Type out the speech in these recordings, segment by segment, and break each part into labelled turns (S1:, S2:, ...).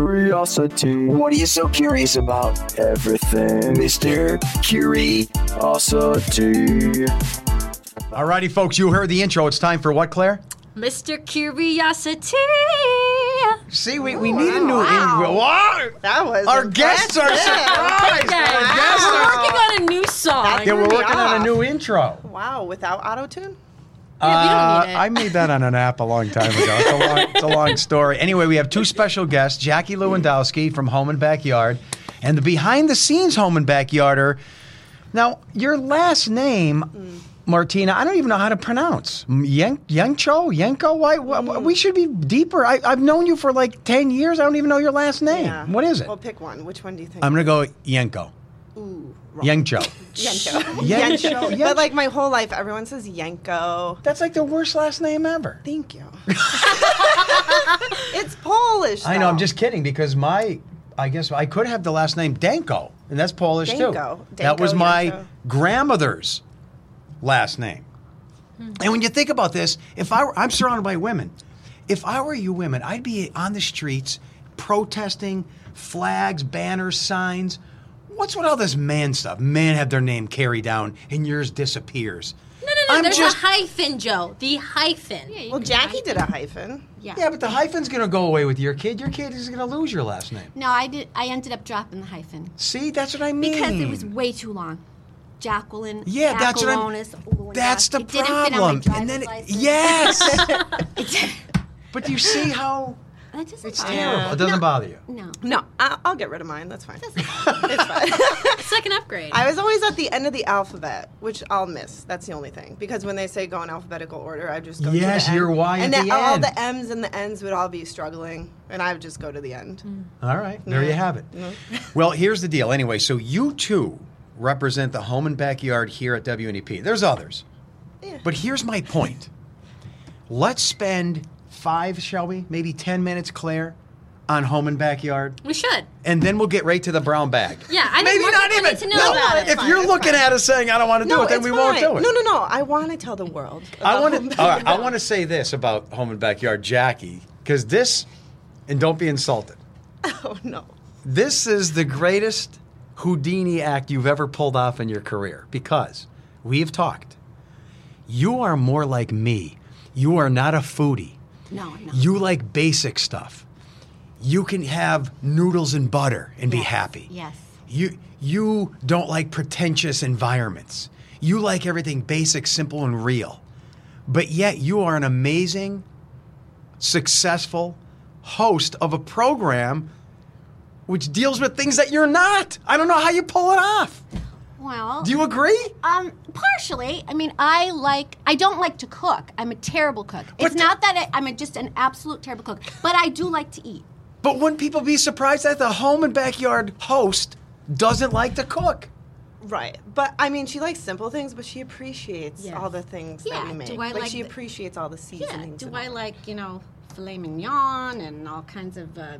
S1: Curiosity. What are you so curious about? Everything, Mr. Curiosity.
S2: Alrighty, folks, you heard the intro. It's time for what, Claire?
S3: Mr. Curiosity. Oh,
S2: See, we, we need a new intro. Wow!
S4: That was
S2: Our guests are
S4: impressive.
S2: surprised! Our guests
S3: We're
S2: are...
S3: working on a new song.
S2: Yeah,
S3: Yeah,
S2: we're
S4: That's- Turn me
S2: working on a
S4: off.
S2: new intro.
S4: Wow, without auto tune?
S2: Uh,
S3: we don't need it.
S2: I made that on an app a long time ago. It's a long, it's a long story. Anyway, we have two special guests Jackie Lewandowski from Home and Backyard and the behind the scenes Home and Backyarder. Now, your last name, Martina, I don't even know how to pronounce. M- Yen- Yencho? Yenko? Why? wh- wh-
S3: Mm.
S2: We should be deeper. I, I've known you for like 10 years. I don't even know your last name. What is it?
S4: Well, pick one. Which one do you think?
S2: I'm going to go Yenko.
S4: Ooh, wrong.
S2: Yencho.
S4: Yenko.
S2: Yencho. Yencho.
S4: But like my whole life, everyone says Yenko.
S2: That's like the worst last name ever.
S4: Thank you. it's Polish.
S2: I know. I'm
S4: though.
S2: just kidding because my, I guess I could have the last name Danko, and that's Polish
S4: Danko.
S2: too. that
S4: Danko,
S2: was my
S4: Danko.
S2: grandmother's last name. And when you think about this, if I were, I'm surrounded by women. If I were you women, I'd be on the streets protesting, flags, banners, signs. What's with all this man stuff? Men have their name carried down, and yours disappears.
S3: no, no, no.
S2: I'm
S3: there's
S2: just-
S3: a hyphen, Joe. The hyphen. Yeah.
S4: Well, Jackie did a hyphen.
S2: Yeah, but the hyphen's gonna go away with your kid. Your kid is gonna lose your last name.
S5: No, I did. I ended up dropping the hyphen
S2: See, that's what I mean.
S5: because it was way too long. Jacqueline.
S2: Hmm. Yeah, that's what I'm.
S5: Jacquelonis Lewandowski.
S2: That's the
S5: It didn't fit on my
S2: problem.
S5: driver's
S2: and then it-
S5: license.
S2: yes. but do you see how
S5: that doesn't
S2: it's
S5: bother me.
S2: terrible? It doesn't bother you.
S5: No,
S4: No, I- I'll get rid of mine. That's fine. it's fine.
S3: Second upgrade.
S4: I was always at the end of the alphabet, which I'll miss. That's the only thing. Because when they say go in alphabetical order, I just go
S2: Yes,
S4: to the
S2: your
S4: end.
S2: Y
S4: and
S2: at
S4: then
S2: the
S4: all
S2: end.
S4: the M's and the N's would all be struggling, and I would just go to the end.
S2: All right, there you have it. well, here's the deal. Anyway, so you two represent the home and backyard here at WNEP. There's others,
S4: Yeah.
S2: but here's my point. Let's spend five, shall we? Maybe ten minutes, Claire, on home and backyard.
S3: we should.
S2: and then we'll get right to the brown bag.
S3: Yeah, I think
S2: maybe
S3: more
S2: not
S3: people
S2: even.
S3: need to know about
S2: no,
S3: it.
S2: if
S4: It's fine,
S2: you're
S4: it's
S2: looking at us saying I don't want to do it, then
S4: it's
S2: we won't
S4: fine.
S2: do it.
S4: No, no, no. I want to tell the world.
S2: I
S4: about
S2: want
S4: Home
S2: to. All right, I
S4: Backyard.
S2: want to say this about home and backyard, Jackie, because this, and don't be insulted.
S4: Oh no.
S2: This is the greatest Houdini act you've ever pulled off in your career because we've talked. You are more like me. You are not a foodie.
S5: no, no.
S2: You like basic stuff. You can have noodles and butter and be
S5: Yes,
S2: happy.
S5: yes.
S2: You you don't like pretentious environments. You like everything basic, simple and real. But yet you are an amazing, successful host of a program which deals with things that you're not. I don't know how you pull it off.
S5: Well,
S2: Do you agree?
S5: um, partially. I mean, I like. I don't like to cook. I'm a terrible cook.
S2: But-
S5: It's not that I, I'm a, just an absolute terrible cook, but I do like to eat.
S2: But wouldn't people be surprised that the home and backyard host doesn't like to cook?
S4: Right, but I mean, she likes simple things, but she appreciates
S3: Yes.
S4: all the things that
S5: Yeah,
S4: we make.
S5: do I
S4: like,
S5: like
S4: she
S5: the-
S4: appreciates all the
S3: Yeah.
S4: seasonings.
S3: Do
S4: and
S3: I
S4: all.
S3: like you know filet mignon and all kinds of uh,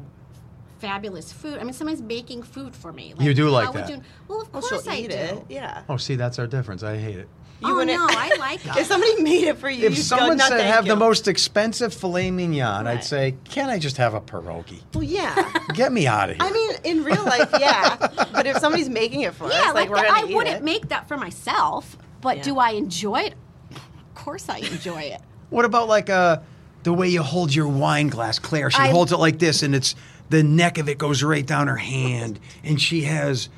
S3: fabulous food? I mean, somebody's baking food for me.
S2: You do like
S3: how would
S2: that.
S3: you- well, of
S4: Well,
S3: course
S4: she'll
S3: I
S4: eat
S3: do.
S4: it. Yeah.
S2: Oh, see, that's our difference. I hate it.
S4: You
S3: oh
S4: wouldn't-
S3: no, I like it.
S4: If somebody made it for you,
S2: If
S4: you'd
S2: someone
S4: go, no,
S2: said
S4: thank
S2: have the
S4: you."
S2: most expensive filet mignon, I'd
S4: Right.
S2: say, can I just have a pierogi?
S4: well, yeah.
S2: Get me out of here.
S4: I mean, in real life, yeah. but if somebody's making it for
S5: Yeah,
S4: us, like,
S5: like,
S4: we're
S5: that,
S4: gonna
S5: I
S4: eat
S5: wouldn't
S4: it.
S5: make that for myself, but
S4: Yeah.
S5: do I enjoy it? Of course, I enjoy it.
S2: what about like uh, the way you hold your wine glass, Claire? She
S5: I-
S2: holds it like this, and it's the neck of it goes right down her hand, and she has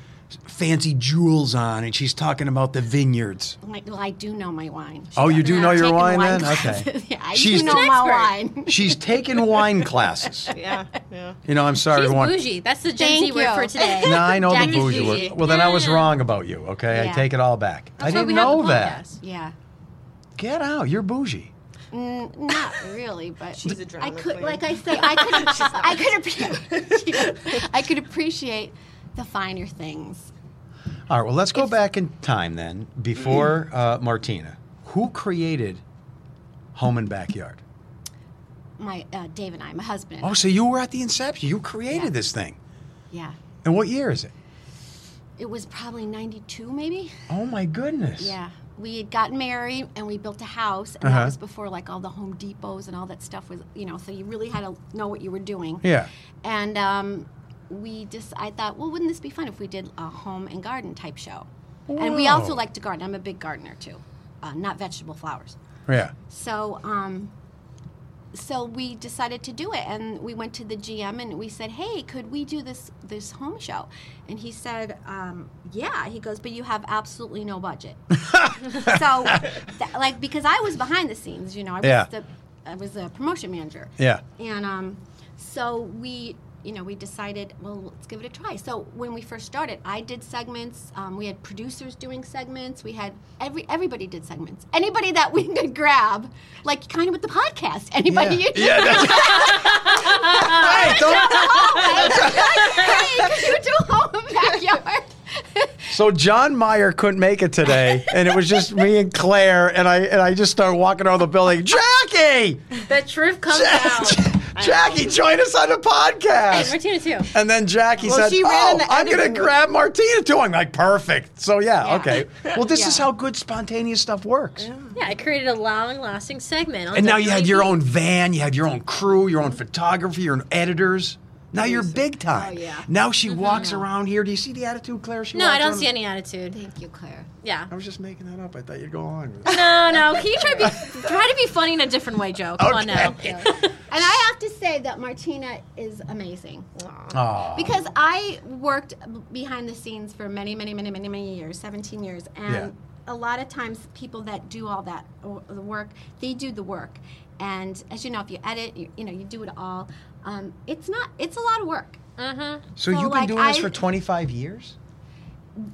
S2: fancy jewels on, and she's talking about the vineyards.
S5: Like, well, I do know my wine.
S2: Oh, you do
S5: I've
S2: know your
S5: taken
S2: wine then?
S5: classes.
S2: Okay.
S5: yeah, I
S2: She's
S5: do know
S2: an
S5: my
S3: expert.
S5: wine.
S2: She's taken wine classes.
S4: Yeah, yeah.
S2: You know, I'm sorry,
S3: She's
S2: everyone.
S3: bougie. That's the Gen
S5: Thank
S3: Z word
S5: you.
S3: for today.
S2: No, I know the
S3: Jackie's
S2: bougie. word. Well, then I was wrong about you. Okay, I
S5: Yeah.
S2: take it all back. I
S3: That's why
S2: didn't
S3: we have
S2: know
S3: the
S2: that.
S3: podcast.
S5: Yeah,
S2: Get out. You're bougie.
S5: Mm, not really, but
S4: She's a drama
S5: I could,
S4: queen.
S5: like I say, I could, I could, appre- I could appreciate the finer things.
S2: All right, well, let's go back in time then,
S5: Mm-hmm.
S2: before uh, Martina. Who created Home and Backyard?
S5: My uh, Dave and I, my husband.
S2: Oh, so you were at the inception. You created
S5: Yeah.
S2: this thing.
S5: Yeah,
S2: And what year is it?
S5: it was probably '92, maybe.
S2: Oh, my goodness.
S5: Yeah, we had gotten married and we built a house, and
S2: Uh-huh.
S5: that was before like all the Home Depots and all that stuff was, you know. So you really had to know what you were doing.
S2: Yeah.
S5: And um, we just, I thought, well, wouldn't this be fun if we did a home and garden type show? And we also
S2: Wow.
S5: like to garden. I'm a big gardener too, uh, not vegetable flowers.
S2: Yeah.
S5: So, um, so we decided to do it, and we went to the GM and we said, "Hey, could we do this this home show?" And he said, um, "Yeah." He goes, "But you have absolutely no budget." so, th- like, because I was behind the scenes, you know, I was
S2: Yeah.
S5: the I was the promotion manager.
S2: Yeah.
S5: And um, so we, you know, we decided, well, let's give it a try. So when we first started, I did segments. Um, we had producers doing segments. We had every everybody did segments. Anybody that we could grab, like kind of with the podcast. Anybody
S2: Yeah.
S5: you
S2: Yeah, that's-
S5: Uh,
S2: Hey, don't-
S5: hey, could you do home and backyard?
S2: so John Meyer couldn't make it today, and it was just me and Claire, and I and I just started walking around the building. Jackie,
S6: The truth comes out.
S2: Jackie, join us on the
S6: And
S2: podcast.
S6: Martina too.
S2: And then Jackie
S4: Well,
S2: said,
S4: she ran
S2: "Oh,
S4: in the
S2: I'm going to
S4: editing room."
S2: grab Martina too." I'm like, "Perfect." So yeah,
S5: Yeah.
S2: okay. Well, this is
S5: Yeah.
S2: how good spontaneous stuff works.
S6: Yeah, I created a long-lasting segment. On
S2: And now you had your
S6: WIP.
S2: own van, you had your own crew, your own photography, your own editors. Now you're big time.
S5: Oh, yeah.
S2: Now she walks around here. Do you see the attitude, Claire? She
S6: No, I
S2: walks
S6: don't
S2: around-
S6: see any attitude.
S5: Thank you, Claire.
S6: Yeah.
S2: I was just making that up. I thought you'd go along with it.
S6: No, no. Can you try to be try to be funny in a different way, Joe? Come on now.
S2: Okay.
S5: And I have to say that Martina is amazing.
S2: Aw.
S5: Because I worked behind the scenes for many, many, many, many, many years, 17 years. And
S2: Yeah.
S5: a lot of times, people that do all that o- the work, they do the work. And as you know, if you edit, you, you know, you do it all. Um, it's not, it's a lot of work.
S6: Mm-hmm.
S2: so,
S5: so,
S2: you've been
S5: like,
S2: doing this
S5: I-
S2: for 25 years?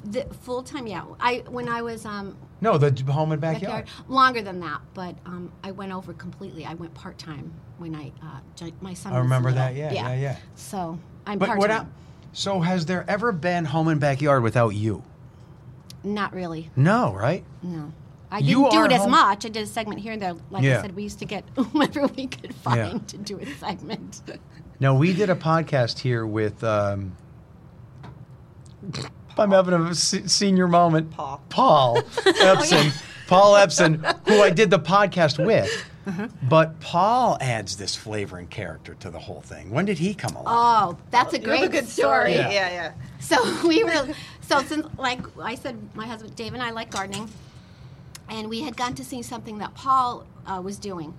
S5: The full time, yeah. I when I was um,
S2: No, the j- home and
S5: backyard,
S2: backyard.
S5: longer than that, but um, I went over completely. I went part time when I uh, ju- my son.
S2: I
S5: was
S2: remember
S5: little.
S2: that. Yeah, yeah, yeah.
S5: So I'm
S2: But
S5: part
S2: what? I,
S5: time.
S2: so has there ever been home and backyard without you?
S5: Not really.
S2: No, right?
S5: No. I
S2: You
S5: didn't do
S2: are
S5: it as
S2: home-
S5: much. I did a segment here and there. Like
S2: Yeah.
S5: I said, we used to get whomever we could find to do a segment.
S2: No, we did a podcast here with. Um, I'm having a se- senior moment.
S4: Paul.
S2: Paul
S5: Oh,
S2: Epson. Paul Epson, who I did the podcast with.
S5: Uh-huh.
S2: But Paul adds this flavor and character to the whole thing. When did he come along?
S5: Oh, that's a
S4: You have
S5: great
S4: a good
S5: story.
S4: story.
S2: Yeah.
S4: Yeah, yeah.
S5: So we were so since like I said, my husband Dave and I like gardening, and we had gone to see something that Paul uh, was doing,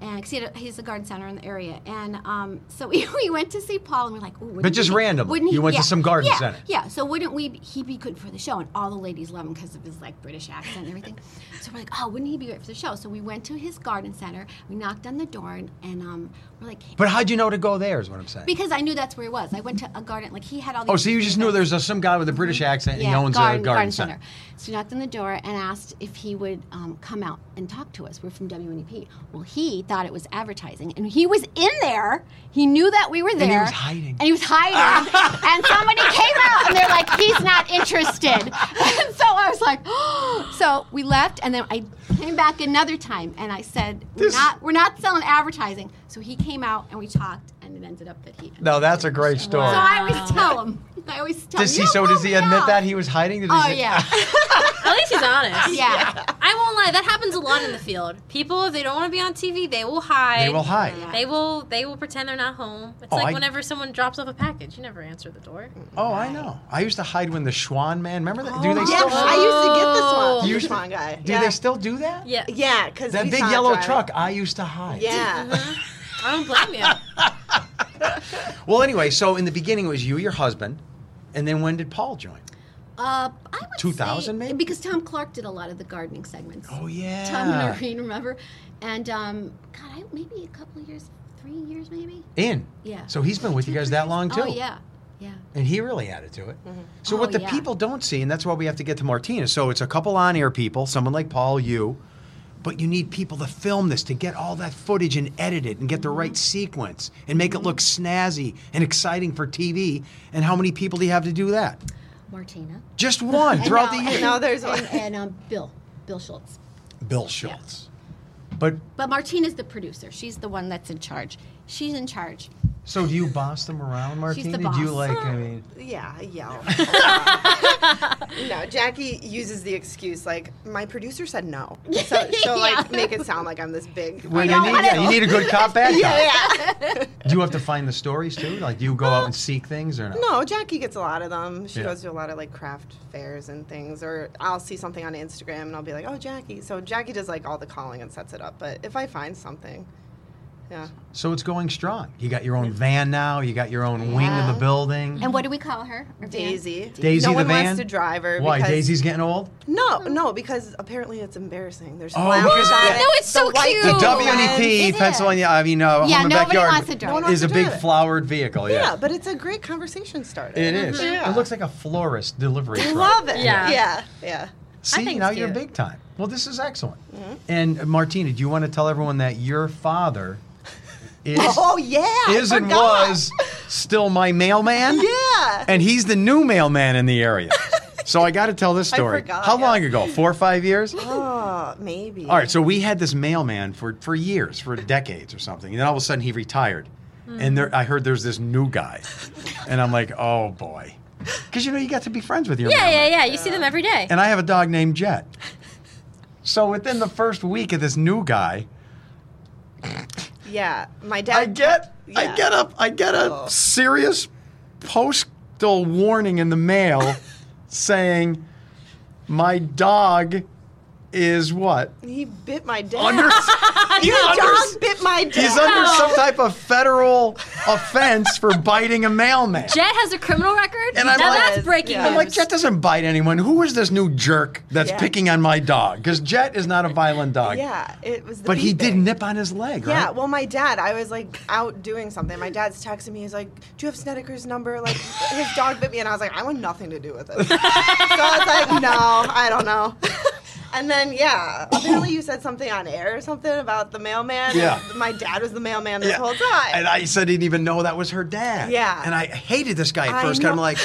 S5: and 'cause he had a, he's a garden center in the area, and um, so we, we went to see Paul, and we're like, Ooh, wouldn't
S2: But just
S5: he be-
S2: random.
S5: wouldn't he-
S2: You went to
S5: yeah,
S2: some garden
S5: yeah,
S2: center.
S5: Yeah, so wouldn't we? He be good for the show, and all the ladies love him because of his like British accent and everything. so we're like, oh, wouldn't he be great for the show? So we went to his garden center, we knocked on the door, and, and um, we're like, hey,
S2: But how'd you know to go there, is what I'm saying.
S5: because I knew that's where he was. I went to a garden, like he had all. These
S2: oh, so you just knew there's a, some guy with a British
S5: Mm-hmm.
S2: accent and he owns a garden, center.
S5: So we knocked on the door and asked if he would um, come out and talk to us. We're from WNEP. Well, he thought it was advertising, and he was in there. He knew that we were there.
S2: he was hiding.
S5: And he was hiding. and somebody came out, and they're like, "He's not interested." and so I was like, "So we left, and then I came back another time, and I said, we're
S2: This-
S5: not, we're not selling advertising." So he came out, and we talked, and it ended up that he.
S2: No, that's a great story.
S5: So I always tell him. I always tell
S2: Oh. Does
S5: him.
S2: he, so does he admit that he was hiding? Did he
S5: Oh
S2: say-
S5: yeah,
S6: At least he's honest.
S5: yeah.
S6: I won't lie. That happens a lot in the field. People, if they don't want to be on TV, they will hide.
S2: They will hide.
S6: They will. They will pretend they're not home. It's
S2: Oh,
S6: like
S2: I-
S6: whenever someone drops off a package, you never answer the door.
S2: Oh, I know. I used to hide when the Schwan man. Remember that?
S5: Oh,
S2: do they
S4: Yeah,
S2: still?
S4: I used to
S2: You
S4: get
S2: used
S4: this
S2: to-
S4: one. This one guy.
S2: Do
S4: yeah.
S2: they still do that?
S6: Yeah.
S4: Yeah, because
S2: That big yellow truck. I used to hide.
S4: Yeah.
S6: I don't blame you.
S2: Well, anyway, so in the beginning it was you, your husband, and then when did Paul join?
S5: Uh, I would
S2: 2000
S5: say-
S2: maybe?
S5: because Tom Clark did a lot of the gardening segments.
S2: Oh yeah.
S5: Tom and Irene, remember? And um, God, I, maybe a couple of years, three years maybe.
S2: In.
S5: Yeah.
S2: So he's been with you
S5: Two,
S2: guys
S5: three
S2: that
S5: years?
S2: long too.
S5: Oh yeah, yeah.
S2: And he really added to it. So
S5: Oh,
S2: what the
S5: yeah.
S2: people don't see, and that's why we have to get to Martina. So it's a couple on-air people, someone like Paul, you, but you need people to film this to get all that footage and edit it and get the right sequence and make it look snazzy and exciting for TV. And how many people do you have to do that?
S5: Martina.
S2: Just one
S5: And
S2: throughout
S5: now-
S2: the year.
S4: Now there's
S5: and,
S4: one.
S5: and um, Bill, Bill Schultz.
S2: Bill Schultz. But
S5: But Martina's the producer. She's the one that's in charge. She's in charge.
S2: So do you boss them around, Martini?
S6: the
S2: Do you
S6: boss.
S2: like? I mean,
S4: Yeah, I yell. no, Jackie uses the excuse like my producer said no, so she'll like make it sound like "Oh, I'm this big.
S2: when you need, yeah, you need a good cop, bad cop.
S4: yeah.
S2: Do you have to find the stories too? Like, do you go out and seek things or not?
S4: No, Jackie gets a lot of them. She
S2: Yeah.
S4: goes to a lot of like craft fairs and things, or I'll see something on Instagram and I'll be like, "Oh, Jackie." So Jackie does like all the calling and sets it up. But if I find something, yeah,
S2: So it's going strong. You got your own van now. You got your own wing of the building.
S5: And what do we call her? Or Van?
S4: Daisy.
S2: Daisy
S4: No
S2: the
S4: one
S2: van.
S4: wants to drive her.
S2: Why?
S4: because-
S2: Daisy's getting old.
S4: No, no, because apparently it's embarrassing. There's
S2: Oh,
S4: flowers
S2: because-
S4: on
S2: What?
S4: it.
S6: No, it's
S4: The
S6: so
S4: white
S6: cute.
S2: The
S6: Ooh.
S5: It
S2: WNEP
S5: is.
S2: E Pennsylvania. I mean, uh,
S5: Yeah,
S2: home and
S5: nobody
S2: backyard
S5: wants to drive. No one
S4: wants
S2: is
S4: to
S2: a big
S4: drive it.
S2: flowered vehicle. Yeah.
S4: Yeah, but it's a great conversation starter.
S2: It is.
S4: Yeah.
S2: It looks like a florist delivery
S4: I
S2: truck.
S4: love it.
S6: Yeah.
S4: Yeah. Yeah.
S2: See,
S6: think
S2: now
S6: it's
S2: you're
S6: cute.
S2: big time. Well, this is excellent.
S4: Mm-hmm.
S2: And uh, Martina, do you want to tell everyone that your father is,
S4: Oh, yeah. I
S2: is and
S4: forgot.
S2: was still my mailman?
S4: Yeah.
S2: And he's the new mailman in the area. so I got to tell this
S4: I
S2: story.
S4: forgot,
S2: How
S4: yeah.
S2: long ago? Four or five years?
S4: Oh, maybe.
S2: All right, so we had this mailman for, for years, for decades or something. And then all of a sudden he retired.
S4: Hmm.
S2: And there, I heard there's this new guy. And I'm like, oh boy. Because you know, you got to be friends with your
S6: Yeah,
S2: mailman.
S6: yeah, yeah. You see them every day.
S2: And I have a dog named Jet. So within the first week of this new guy,
S4: Yeah. My dad.
S2: I get I
S4: Yeah.
S2: get a I get a
S4: Oh.
S2: serious postal warning in the mail saying my dog is what?
S4: He bit my dad.
S2: Under he's
S4: Your
S2: under,
S4: dog bit my dad.
S2: he's under some type of federal offense for biting a mailman.
S6: Jet has a criminal record.
S2: And I'm
S6: now
S2: like-
S6: that's breaking
S4: Yeah.
S2: I'm like,
S6: news.
S2: Jet doesn't bite anyone. Who is this new jerk that's
S4: Yeah.
S2: picking on my dog? Because Jet is not a violent dog.
S4: Yeah. It was the
S2: But he did
S4: beeping.
S2: nip on his leg, right?
S4: Yeah, well, my dad, I was like out doing something. My dad's texting me. He's like, "Do you have Snedeker's number?" Like his dog bit me, and I was like, "I want nothing to do with it." so I was like, "No, I don't know." and then yeah, apparently you said something on air or something about the mailman.
S2: Yeah.
S4: my dad was the mailman this
S2: Yeah.
S4: whole time.
S2: And I said I didn't even know that was her dad.
S4: Yeah.
S2: And I hated this guy at
S4: I
S2: first because I'm
S4: know.
S2: like,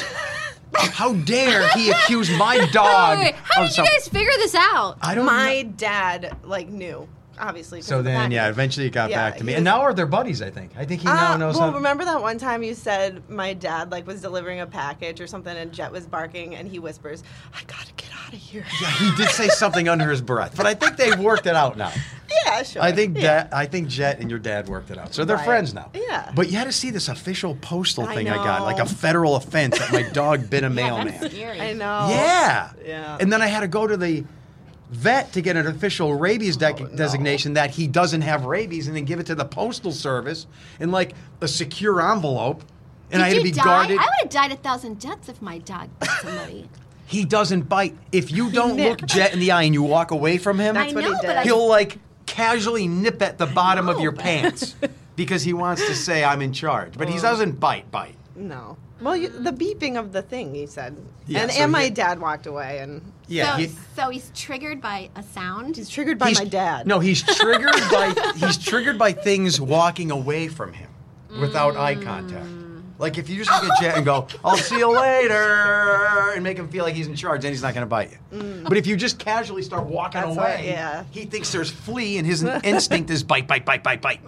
S2: how dare he accuse my dog
S6: Wait, wait, How
S2: of
S6: did you
S2: something?
S6: guys figure this out?
S2: I don't
S4: my
S2: know.
S4: dad like knew obviously. 'cause
S2: So
S4: of the
S2: then,
S4: package.
S2: yeah, eventually it got
S4: Yeah,
S2: back to me.
S4: he
S2: And
S4: was-
S2: now are they're buddies, I think. I think he now
S4: Uh,
S2: knows
S4: well,
S2: how.
S4: remember that one time you said my dad like was delivering a package or something, and Jet was barking, and he whispers, "I gotta get out of here."
S2: Yeah, he did say something under his breath, but I think they worked it out now.
S4: Yeah, sure.
S2: I think that I think Jet and your dad worked it out, so they're
S4: Right.
S2: friends now.
S4: Yeah.
S2: But you had to see this official postal
S4: I
S2: thing I got,
S4: know.
S2: like a federal offense that my dog bit a
S3: Yeah,
S2: mailman.
S3: that's scary.
S4: I know.
S2: Oh. Yeah.
S4: Yeah.
S2: And then I had to go to the vet to get an official rabies de- designation that he doesn't have rabies and then give it to the postal service in like a secure envelope. And
S5: Did
S2: I had
S5: you
S2: to be
S5: die?
S2: guarded.
S5: I would have died a thousand deaths if my dog bit somebody.
S2: he doesn't bite. If you don't look Jet in the eye and you walk away from him,
S5: I
S4: what
S5: know,
S4: he
S5: but
S4: did.
S5: I,
S2: he'll like casually nip at the bottom of
S5: know,
S2: your
S5: but-
S2: pants because he wants to say I'm in charge. But he doesn't bite, bite.
S4: No. Well, you, the beeping of the thing you said,
S2: Yeah,
S4: and
S2: so
S4: and my
S2: he-
S4: dad walked away, and
S2: Yeah.
S5: so,
S2: he-
S5: so he's triggered by a sound.
S4: he's triggered by
S2: he's-
S4: my dad.
S2: No, he's triggered by he's triggered by things walking away from him without eye
S4: Mm.
S2: contact. Like if you just look at Jet and go, "I'll see you later," and make him feel like he's in charge, then he's not going to bite you. But if you just casually start walking
S4: Mm. That's
S2: away,
S4: right, yeah.
S2: he thinks there's flea, and his instinct is bite, bite, bite, bite, bite.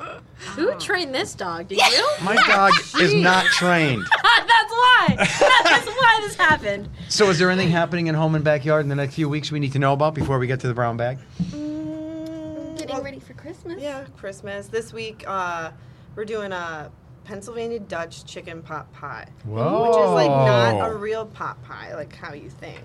S6: Who trained this dog? Did you?
S2: My dog is not trained.
S6: That's why. That's why this happened.
S2: So, is there anything happening in home and backyard in the next few weeks we need to know about before we get to the brown bag?
S4: Mm,
S5: Getting
S4: well,
S5: ready for Christmas.
S4: Yeah, Christmas this week. Uh, we're doing a Pennsylvania Dutch chicken pot pie, which is like not a
S2: Whoa.
S4: real pot pie, like how you think.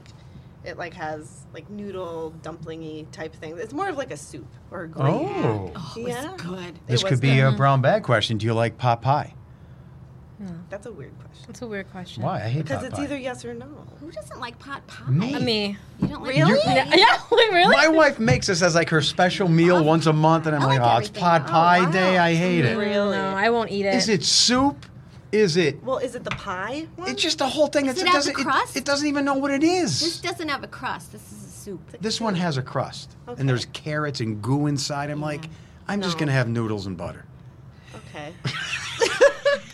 S4: It like has like noodle dumplingy type thing. It's more of like a soup or a gravy.
S2: Oh.
S4: yeah.
S3: Good.
S2: This
S4: was
S2: could be
S4: good.
S2: a brown bag question. Do you like pot pie?
S4: That's a weird question
S6: That's a weird question.
S2: Why? I hate
S4: because
S2: pot
S4: it's
S2: pie.
S4: either yes or no.
S5: Who doesn't like pot pie?
S2: Me.
S6: Me.
S5: You don't like
S4: Really?
S5: pot pie?
S6: Yeah. Wait, really?
S2: My wife makes this as like her special meal once a month, and I'm
S5: I
S2: like,
S5: like
S2: oh, it's
S5: everything.
S2: pot
S5: Oh,
S2: pie
S4: wow.
S2: day. I hate it.
S4: Really?
S6: No, I won't eat it.
S2: Is it soup? Is it?
S4: Well, is it the pie one?
S2: It's just a whole thing.
S5: Does
S2: It's-
S5: it have
S2: doesn't.
S5: a crust?
S2: It, doesn't even know what it
S5: This
S2: is.
S5: doesn't have a crust. This is a soup.
S2: This one has a crust,
S4: Okay.
S2: and there's carrots and goo inside. I'm like, I'm just
S4: No.
S2: gonna have noodles and butter.
S4: okay.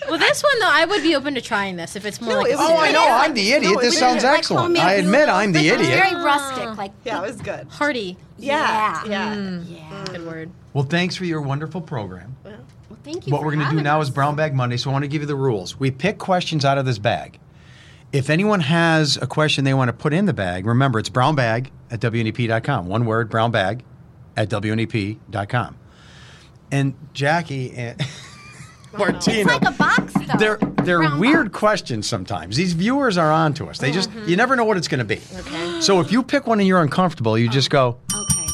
S6: Well, this one though, I would be open to trying this if it's more
S4: No,
S6: like.
S4: it
S6: a
S4: was-
S2: Oh, I
S6: steak.
S2: know. I'm the idiot.
S4: No,
S2: this
S4: it
S2: sounds
S4: was like
S2: excellent.
S3: homemade
S2: I admit I'm the
S5: Like, It's
S2: idiot.
S5: very rustic. Like
S4: Yeah, it was good.
S6: hearty.
S4: Yeah.
S5: Yeah.
S4: Yeah. Mm.
S3: Yeah.
S6: Good word.
S2: Well, thanks for your wonderful program.
S3: Well, thank you.
S2: What
S3: for
S2: we're going to do
S3: having
S2: now
S3: us.
S2: is Brown Bag Monday, so I want to give you the rules. We pick questions out of this bag. If anyone has a question they want to put in the bag, remember it's brown bag at E WNEP.com. One word, brown bag at E WNEP.com. And Jackie and Martina.
S5: It's like a box, though.
S2: they're they're
S5: Brown
S2: weird
S5: box.
S2: questions sometimes. These viewers are on to us. They just you never know what it's going to be. So if you pick one and you're uncomfortable, you just go
S3: Okay.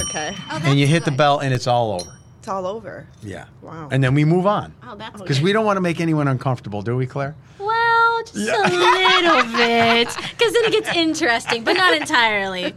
S4: Okay.
S5: Oh,
S2: and you
S5: that's
S2: hit the
S5: good.
S2: bell and it's all over.
S4: It's all over.
S2: Yeah.
S4: Wow.
S2: And then we move on.
S3: Oh, that's
S2: Because we don't want to make anyone uncomfortable, do we, Claire?
S6: Well, just a little bit, because then it gets interesting, but not entirely.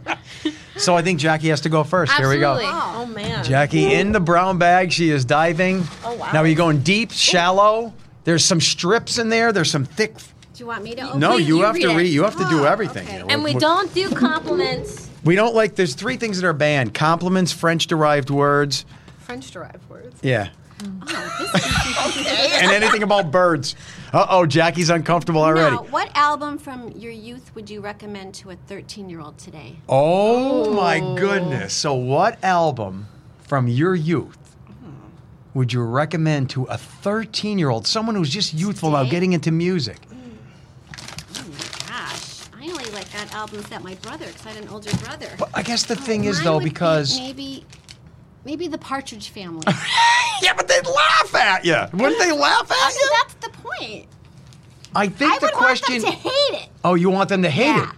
S2: So I think Jackie has to go first.
S6: Absolutely.
S2: Here we go.
S4: Oh man.
S2: Jackie in the brown bag. She is diving.
S4: Oh, wow.
S2: Now are you going deep, shallow? There's some strips in there. There's some thick.
S3: Do you want me to? Open?
S2: No,
S6: Oh, Please,
S2: you,
S6: you
S2: have to
S6: read it. Ah,
S2: read. You have to do
S3: Oh,
S2: everything.
S3: okay.
S2: here.
S6: And we
S2: We're-
S6: don't do compliments.
S2: We don't like. There's three things that are banned: compliments, French-derived words.
S4: French derived words.
S2: Yeah.
S6: Oh,
S2: and anything about birds. Uh oh, Jackie's uncomfortable already.
S5: Now, what album from your youth would you recommend to a 13-year-old today?
S2: Oh my goodness. So, what album from your youth would you recommend to a 13 year old, someone who's just youthful about
S5: Today?
S2: getting into music?
S3: Gosh, I only like got albums that my brother, because I had an older brother.
S2: But I guess the thing
S3: Mine
S2: is, though,
S3: would be
S2: because.
S3: maybe, maybe the Partridge Family.
S2: Yeah, but they'd laugh at you. Wouldn't they laugh at you?
S3: That's the point.
S2: I think
S3: I
S2: the
S3: would
S2: question.
S3: want them to hate it.
S2: oh, you want them to hate
S3: Yeah. Mm.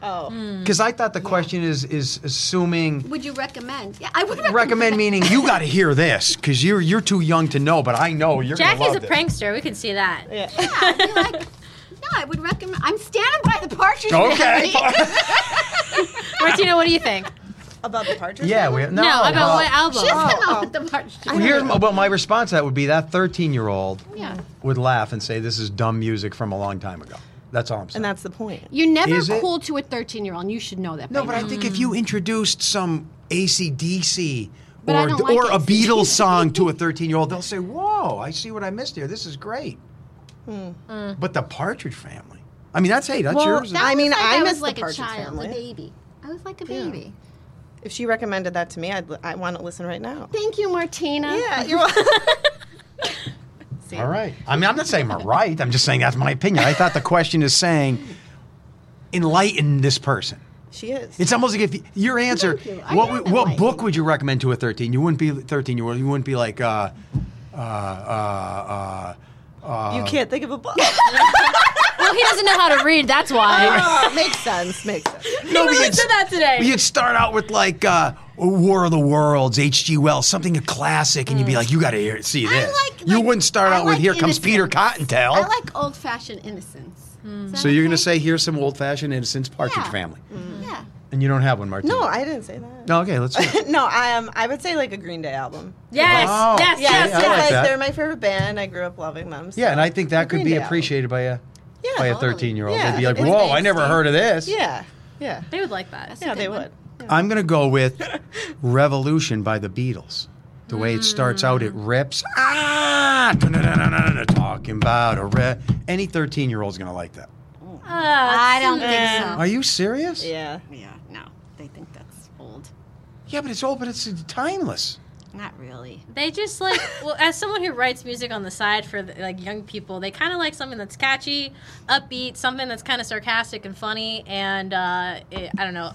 S2: it?
S4: Oh.
S2: Because I thought the question is is assuming
S3: Would you recommend? Yeah, I would recommend.
S2: recommend meaning you got to hear this because you're you're too young to know, but I know you're. gonna
S6: Jackie's
S2: love
S6: a
S2: this.
S6: prankster. We can see that.
S4: Yeah.
S3: Yeah, I'd be like, no, I would recommend. I'm standing by the Partridge
S2: Okay.
S3: Family.
S6: Martina, what do you think?
S4: About the partridge.
S2: yeah. We, no,
S6: No, about
S2: well,
S6: what album?
S3: She doesn't
S4: Oh,
S3: know
S4: oh.
S3: what the Partridge
S2: Well,
S3: Family.
S2: here's well, my response to that would be that 13 year old
S3: Yeah.
S2: would laugh and say, "This is dumb music from a long time ago." That's all I'm saying.
S4: And that's the point.
S3: You're never
S2: Is it?
S3: cool to a 13 year old, and you should know that.
S2: no,
S3: by
S2: but
S3: now.
S2: I think if you introduced some ACDC
S3: But I
S2: or
S3: don't like
S2: or a
S3: AC/DC.
S2: Beatles song to a 13 year old, they'll say, "Whoa, I see what I missed here. This is great."
S3: Hmm.
S2: But the Partridge Family. I mean, that's hey, that's yours.
S3: That
S4: I mean,
S3: was like
S4: I miss
S3: was
S4: the
S3: like a
S4: Partridge
S3: child,
S4: Family.
S3: a baby. I was like a baby.
S4: If she recommended that to me, I'd, I want to listen right now.
S3: Thank you, Martina.
S4: Yeah, you're welcome.
S2: All right. I mean, I'm not saying I'm right. I'm just saying that's my opinion. I thought the question is saying, enlighten this person.
S4: She is.
S2: It's almost like if your answer,
S3: you. I
S2: what
S3: am
S2: would- what
S3: enlightened.
S2: book would you recommend to a thirteen? You wouldn't be thirteen year old. You wouldn't be like, uh, uh, uh, uh, uh,
S4: you can't think of a book.
S6: Well, Oh, he doesn't know how to read. That's why.
S4: oh, makes sense. Makes sense.
S2: no, but
S6: really
S2: you'd-
S6: said that today.
S2: You'd start out with like uh, War of the Worlds, H.G. Wells, something a classic, and you'd be like, you got to hear see this.
S3: like-
S2: you
S3: like-
S2: wouldn't start
S3: I
S2: out with
S3: like
S2: Here Comes
S3: innocence.
S2: Peter Cottontail.
S3: I like old fashioned innocence. Is that
S2: so you're gonna
S3: okay?
S2: say here's some old fashioned innocence Partridge
S3: Yeah.
S2: Family,
S5: Mm.
S3: Yeah.
S2: and you don't have one, Martin.
S4: No, I didn't say that.
S2: No, okay, let's. hear it.
S4: No, I um, I would say like a Green Day album.
S6: Yes,
S2: Wow.
S6: yes,
S2: Yeah,
S6: yes,
S2: yeah, I
S4: Because,
S2: like
S6: yes.
S2: that.
S4: they're my favorite band. I grew up loving them. so-
S2: Yeah, and I think that could
S4: Green
S2: be
S4: Day album.
S2: appreciated by a
S4: Yeah,
S2: by a
S4: totally.
S2: thirteen year old.
S4: Yeah,
S2: They'd be like,
S4: it's
S2: "Whoa, I never
S4: angsty.
S2: heard of this."
S4: Yeah. Yeah.
S6: They would like that.
S4: Yeah, they would.
S2: I'm gonna go with "Revolution" by the Beatles. The way it starts out, it rips. Ah, dun-dun-dun-dun-dun, talking about a re- any thirteen year old's gonna like that.
S6: Uh,
S5: I don't
S4: Eh.
S5: think so.
S2: Are you serious?
S4: Yeah.
S3: Yeah. No, they think that's old.
S2: Yeah, but it's old, but it's timeless.
S3: Not really.
S6: They just like, well, as someone who writes music on the side for the, like young people, they kind of like something that's catchy, upbeat, something that's kind of sarcastic and funny, and uh, it, I don't know,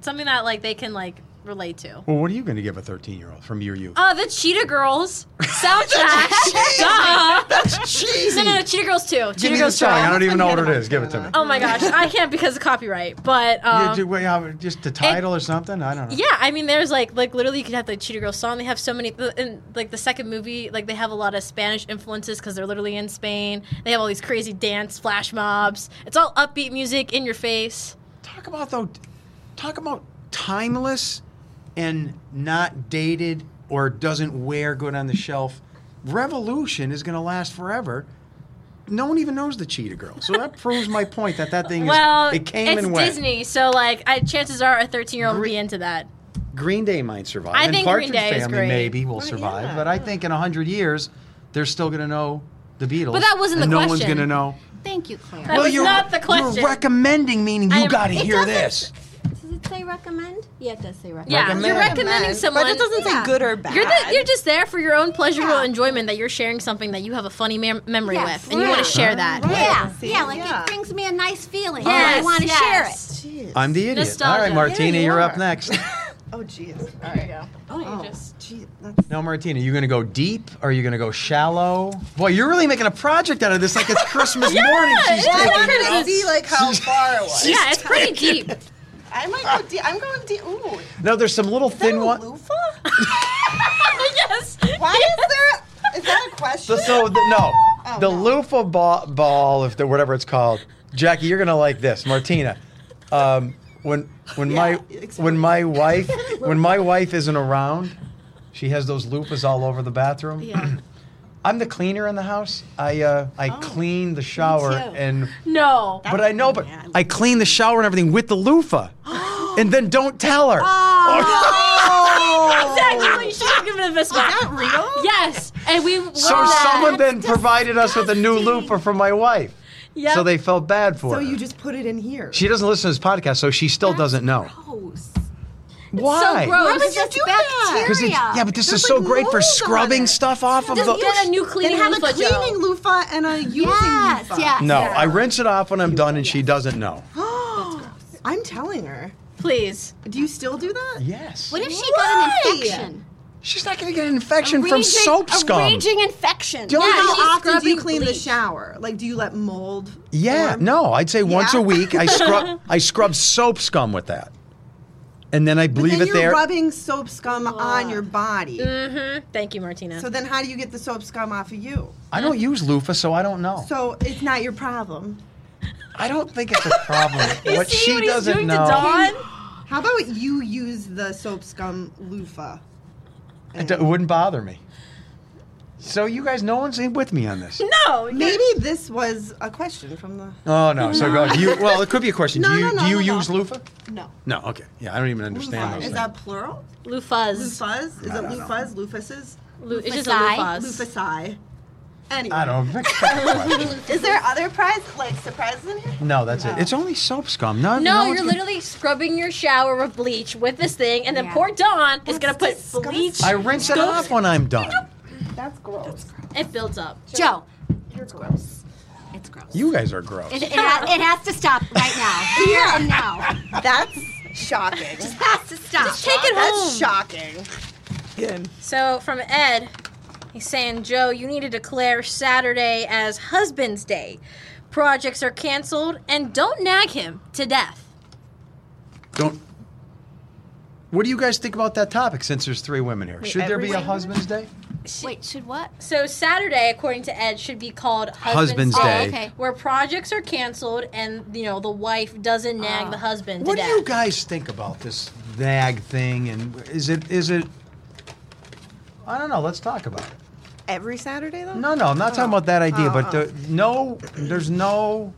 S6: something that like they can like relate to.
S2: Well, what are you gonna give a thirteen year old from your youth?
S6: Uh, the Cheetah Girls soundtrack. Duh.
S2: That's cheesy.
S6: No, no, no, Cheetah Girls too.
S2: Give
S6: Cheetah
S2: me the
S6: Girls
S2: song. I don't even know what it is. Give it to me.
S6: Oh my gosh, I can't because of copyright. But
S2: Yeah,
S6: um,
S2: ju- wait, how- just the title or something? I don't know.
S6: Yeah, I mean, there's like like literally you could have the Cheetah Girls song. They have so many the- in like the second movie, like they have a lot of Spanish influences because they're literally in Spain. They have all these crazy dance flash mobs. It's all upbeat music in your face.
S2: Talk about though, talk about timeless and not dated or doesn't wear good on the shelf. Revolution is going to last forever. No one even knows the Cheetah Girl, so that proves my point that that thing
S6: Well,
S2: is it came
S6: it's
S2: and went.
S6: Disney, so like I, chances are a 13 year old will be into that.
S2: Green Day might survive.
S6: I
S2: and
S6: think
S2: Partridge
S6: Green Day is
S2: Family
S6: great.
S2: maybe will survive,
S4: yeah.
S2: but I think in hundred years they're still going to know the Beatles.
S6: But that wasn't
S2: and
S6: the
S2: no one's
S6: question.
S2: gonna know.
S5: Thank you, Claire.
S6: That was not the question.
S2: You're recommending, meaning you
S6: I'm-
S2: got to
S6: it
S2: hear
S6: doesn't-
S2: this.
S5: Does it say recommend? Yeah, it does say recommend.
S6: yeah,
S2: Recommend.
S6: you're recommending
S4: Recommend,
S6: someone.
S4: But it doesn't
S5: Yeah.
S4: say good or bad.
S6: You're, the, you're just there for your own pleasurable
S5: Yeah.
S6: enjoyment that you're sharing something that you have a funny mem- memory
S5: Yes,
S6: with, and you want
S5: right.
S6: to share that.
S5: Yeah,
S4: See?
S5: yeah, like
S4: Yeah.
S5: it brings me a nice feeling.
S6: Yes,
S5: I want to
S6: yes.
S4: Jeez.
S2: I'm the idiot. All
S6: Nostalgia.
S2: right, Martina,
S4: Yeah, you
S2: you're up
S4: are.
S2: next.
S4: oh, jeez.
S6: There you go.
S4: Oh,
S6: just-
S4: jeez. That's
S2: now, Martina, you gonna go deep or are you gonna go shallow? Boy, you're really making a project out of this, like it's Christmas morning. She's
S6: it's
S2: taking
S6: wonderful.
S2: it out.
S4: I see, like, how far it was.
S6: Yeah, it's pretty deep.
S4: I might go deep. I'm going deep. Ooh.
S2: No, there's some little
S4: Is that
S2: thin
S4: a
S2: one.
S4: loofah?
S6: yes.
S4: Why is there? Is that a question?
S2: The, so the, no,
S4: Oh,
S2: the
S4: no.
S2: loofah ball, ball, if the whatever it's called. Jackie, you're gonna like this, Martina. Um, when when my
S4: explain.
S2: when my wife when my wife isn't around, she has those loofahs all over the bathroom.
S6: Yeah.
S2: I'm the cleaner in the house. I uh, I clean the shower
S5: too.
S2: and
S6: No.
S2: but I know, but I clean the shower and everything with the loofah, and then don't tell her.
S6: Exactly. You should have given it this one. Is that real? Yes. And we learned
S2: so
S6: that.
S2: someone then provided us with a new loofah for my wife.
S6: Yep.
S2: So they felt bad for
S4: So
S2: her.
S4: you just put it in here.
S2: She doesn't listen to this podcast, so she still doesn't know.
S5: Gross.
S2: Why?
S6: So Oh, gross.
S5: Why would you do that?
S2: 'Cause it's- yeah, but this is so great for scrubbing stuff off of
S6: Just
S2: the.
S6: get a new
S4: They
S6: cleaning
S4: have a
S6: loofah, Joe.
S4: cleaning loofah and a using
S5: Yes,
S4: loofah.
S5: yes.
S2: No, I rinse it off when I'm done, and she doesn't know.
S4: I'm telling her.
S6: Please.
S4: Do you still do that?
S2: Yes.
S5: What if she got
S4: Why?
S5: an infection?
S2: She's not going to get an infection
S5: A
S2: from
S5: raging-
S2: soap scum.
S5: A raging infection.
S4: Joey,
S5: Yeah,
S4: how
S5: she's
S4: often do you
S5: scrubbing
S4: clean the
S5: bleach.
S4: shower? Like, do you let mold?
S2: Yeah,
S4: form?
S2: no, I'd say once
S4: Yeah.
S2: a week. I scrub I scrub soap scum with that, and then I
S4: But
S2: leave
S4: then
S2: it
S4: you're
S2: there.
S4: rubbing soap scum on your body.
S6: Mm-hmm. Thank you, Martina.
S4: So then, how do you get the soap scum off of you?
S2: I don't use loofah, so I don't know.
S4: So it's not your problem.
S2: I don't think it's a problem. what
S6: See
S2: she
S6: what he's
S2: doesn't
S6: doing
S2: know.
S6: to Dawn?
S4: How about you use the soap scum loofah?
S2: It, it wouldn't bother me. So you guys, no one's in with me on this.
S6: No.
S4: Maybe this was a question from the.
S2: Oh no! So go. do you, well, it could be a question.
S4: No,
S2: do you
S4: no, no,
S2: do you
S4: no, no.
S2: use loofah?
S4: No.
S2: No. Okay. Yeah, I don't even understand
S4: Loofah.
S2: those
S4: Is
S2: things.
S4: that plural?
S6: Loofahs.
S4: Loofahs? Is it
S2: don't know.
S4: loofahs? Loofuses?
S6: Loo- it's just a
S5: Loofah.
S6: loofahs.
S4: Loofasi? Anyway.
S2: I don't. Pick that question.
S4: Is there other prize, like surprises in here?
S2: No, that's it. It's only soap scum. No,
S6: No,
S2: one's
S6: you're
S2: gonna-
S6: literally scrubbing your shower with bleach with this thing, and then
S5: Yeah.
S6: poor Dawn is gonna put bleach.
S2: I rinse it off when I'm done.
S4: That's gross.
S6: It builds up.
S5: Joe, it's gross. It's gross.
S2: You guys are gross.
S5: It, it, ha- it has to stop right now. Here and now.
S4: That's shocking.
S5: It has to stop.
S6: Take it home.
S4: That's shocking. Good.
S6: So from Ed, he's saying, Joe, you need to declare Saturday as Husband's Day. Projects are canceled, and don't nag him to death.
S2: Don't. What do you guys think about that topic? Since there's three women here, should there be a
S4: everyone?
S2: husband's day?
S5: Wait, should what?
S6: So Saturday, according to Ed, should be called
S2: Husband's
S6: Husband's, Day,
S2: Day.
S5: okay.
S6: where projects are canceled, and you know the wife doesn't nag the husband to
S2: What do
S6: death.
S2: you guys think about this nag thing? And is it is it? I don't know. Let's talk about it.
S4: Every Saturday though?
S2: No, no, I'm not talking about that idea. but the, no, there's no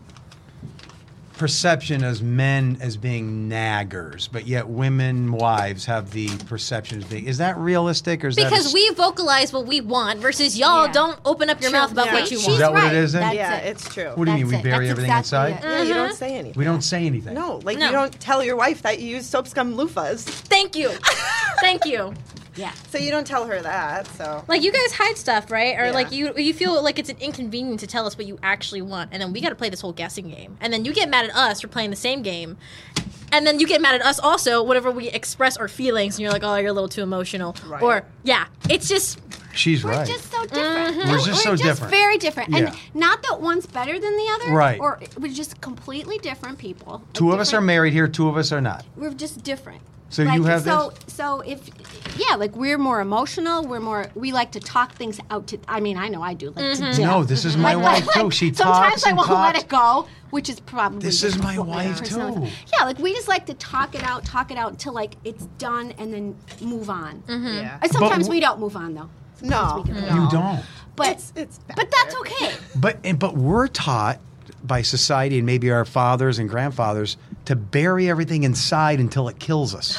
S2: perception as men as being naggers, but yet women wives have the perception as being. Is that realistic or is that? a
S6: because
S2: s-
S6: we vocalize what we want versus y'all
S5: Yeah.
S6: don't open up your
S5: True.
S6: mouth about
S5: Yeah.
S6: what you
S5: She's
S6: want.
S2: Is that what it
S5: right.
S2: is then?
S5: That's
S4: Yeah,
S5: it.
S4: it's true.
S2: What do you
S5: That's
S2: mean? We
S5: it.
S2: bury
S5: That's
S2: everything
S5: exactly
S6: Uh-huh.
S2: inside.
S5: it.
S4: yeah, you don't say anything.
S2: We don't say anything.
S4: No, like
S6: No.
S4: you don't tell your wife that you use soap scum loofahs.
S6: Thank you, thank you.
S5: Yeah.
S4: So you don't tell her that. So
S6: Like you guys hide stuff, right? Or
S4: Yeah.
S6: like you you feel like it's an inconvenience to tell us what you actually want, and then we got to play this whole guessing game, and then you get mad at us for playing the same game, and then you get mad at us also whenever we express our feelings, and you're like, oh, you're a little too emotional,
S4: Right.
S6: or yeah, it's just
S2: She's
S5: We're
S2: right.
S5: just so different.
S2: We're just so different.
S5: very different.
S2: Yeah.
S5: And not that one's better than the other.
S2: Right.
S5: Or we're just completely different people.
S2: Two of us are
S5: Different-
S2: married here. Two of us are not.
S5: We're just different.
S2: So
S5: Like,
S2: you have
S5: so
S2: this.
S5: so if yeah, like we're more emotional. We're more we like to talk things out to. I mean, I know I do. Like to death.
S2: No, this is my
S5: Like-
S2: wife too.
S5: like,
S2: She
S5: sometimes
S2: talks
S5: I
S2: and
S5: won't
S2: talks.
S5: let it go, which is probably
S2: This is
S5: just
S2: my
S5: what we
S2: wife,
S5: are personally.
S2: too.
S5: Yeah, like we just like to talk it out, talk it out until like it's done, and then move on.
S4: yeah.
S5: And sometimes
S2: w-
S5: we don't move on though,
S4: no, no.
S2: You don't.
S5: but
S4: It's it's bad.
S5: but that's okay.
S2: But and, but we're taught by society and maybe our fathers and grandfathers to bury everything inside until it kills us,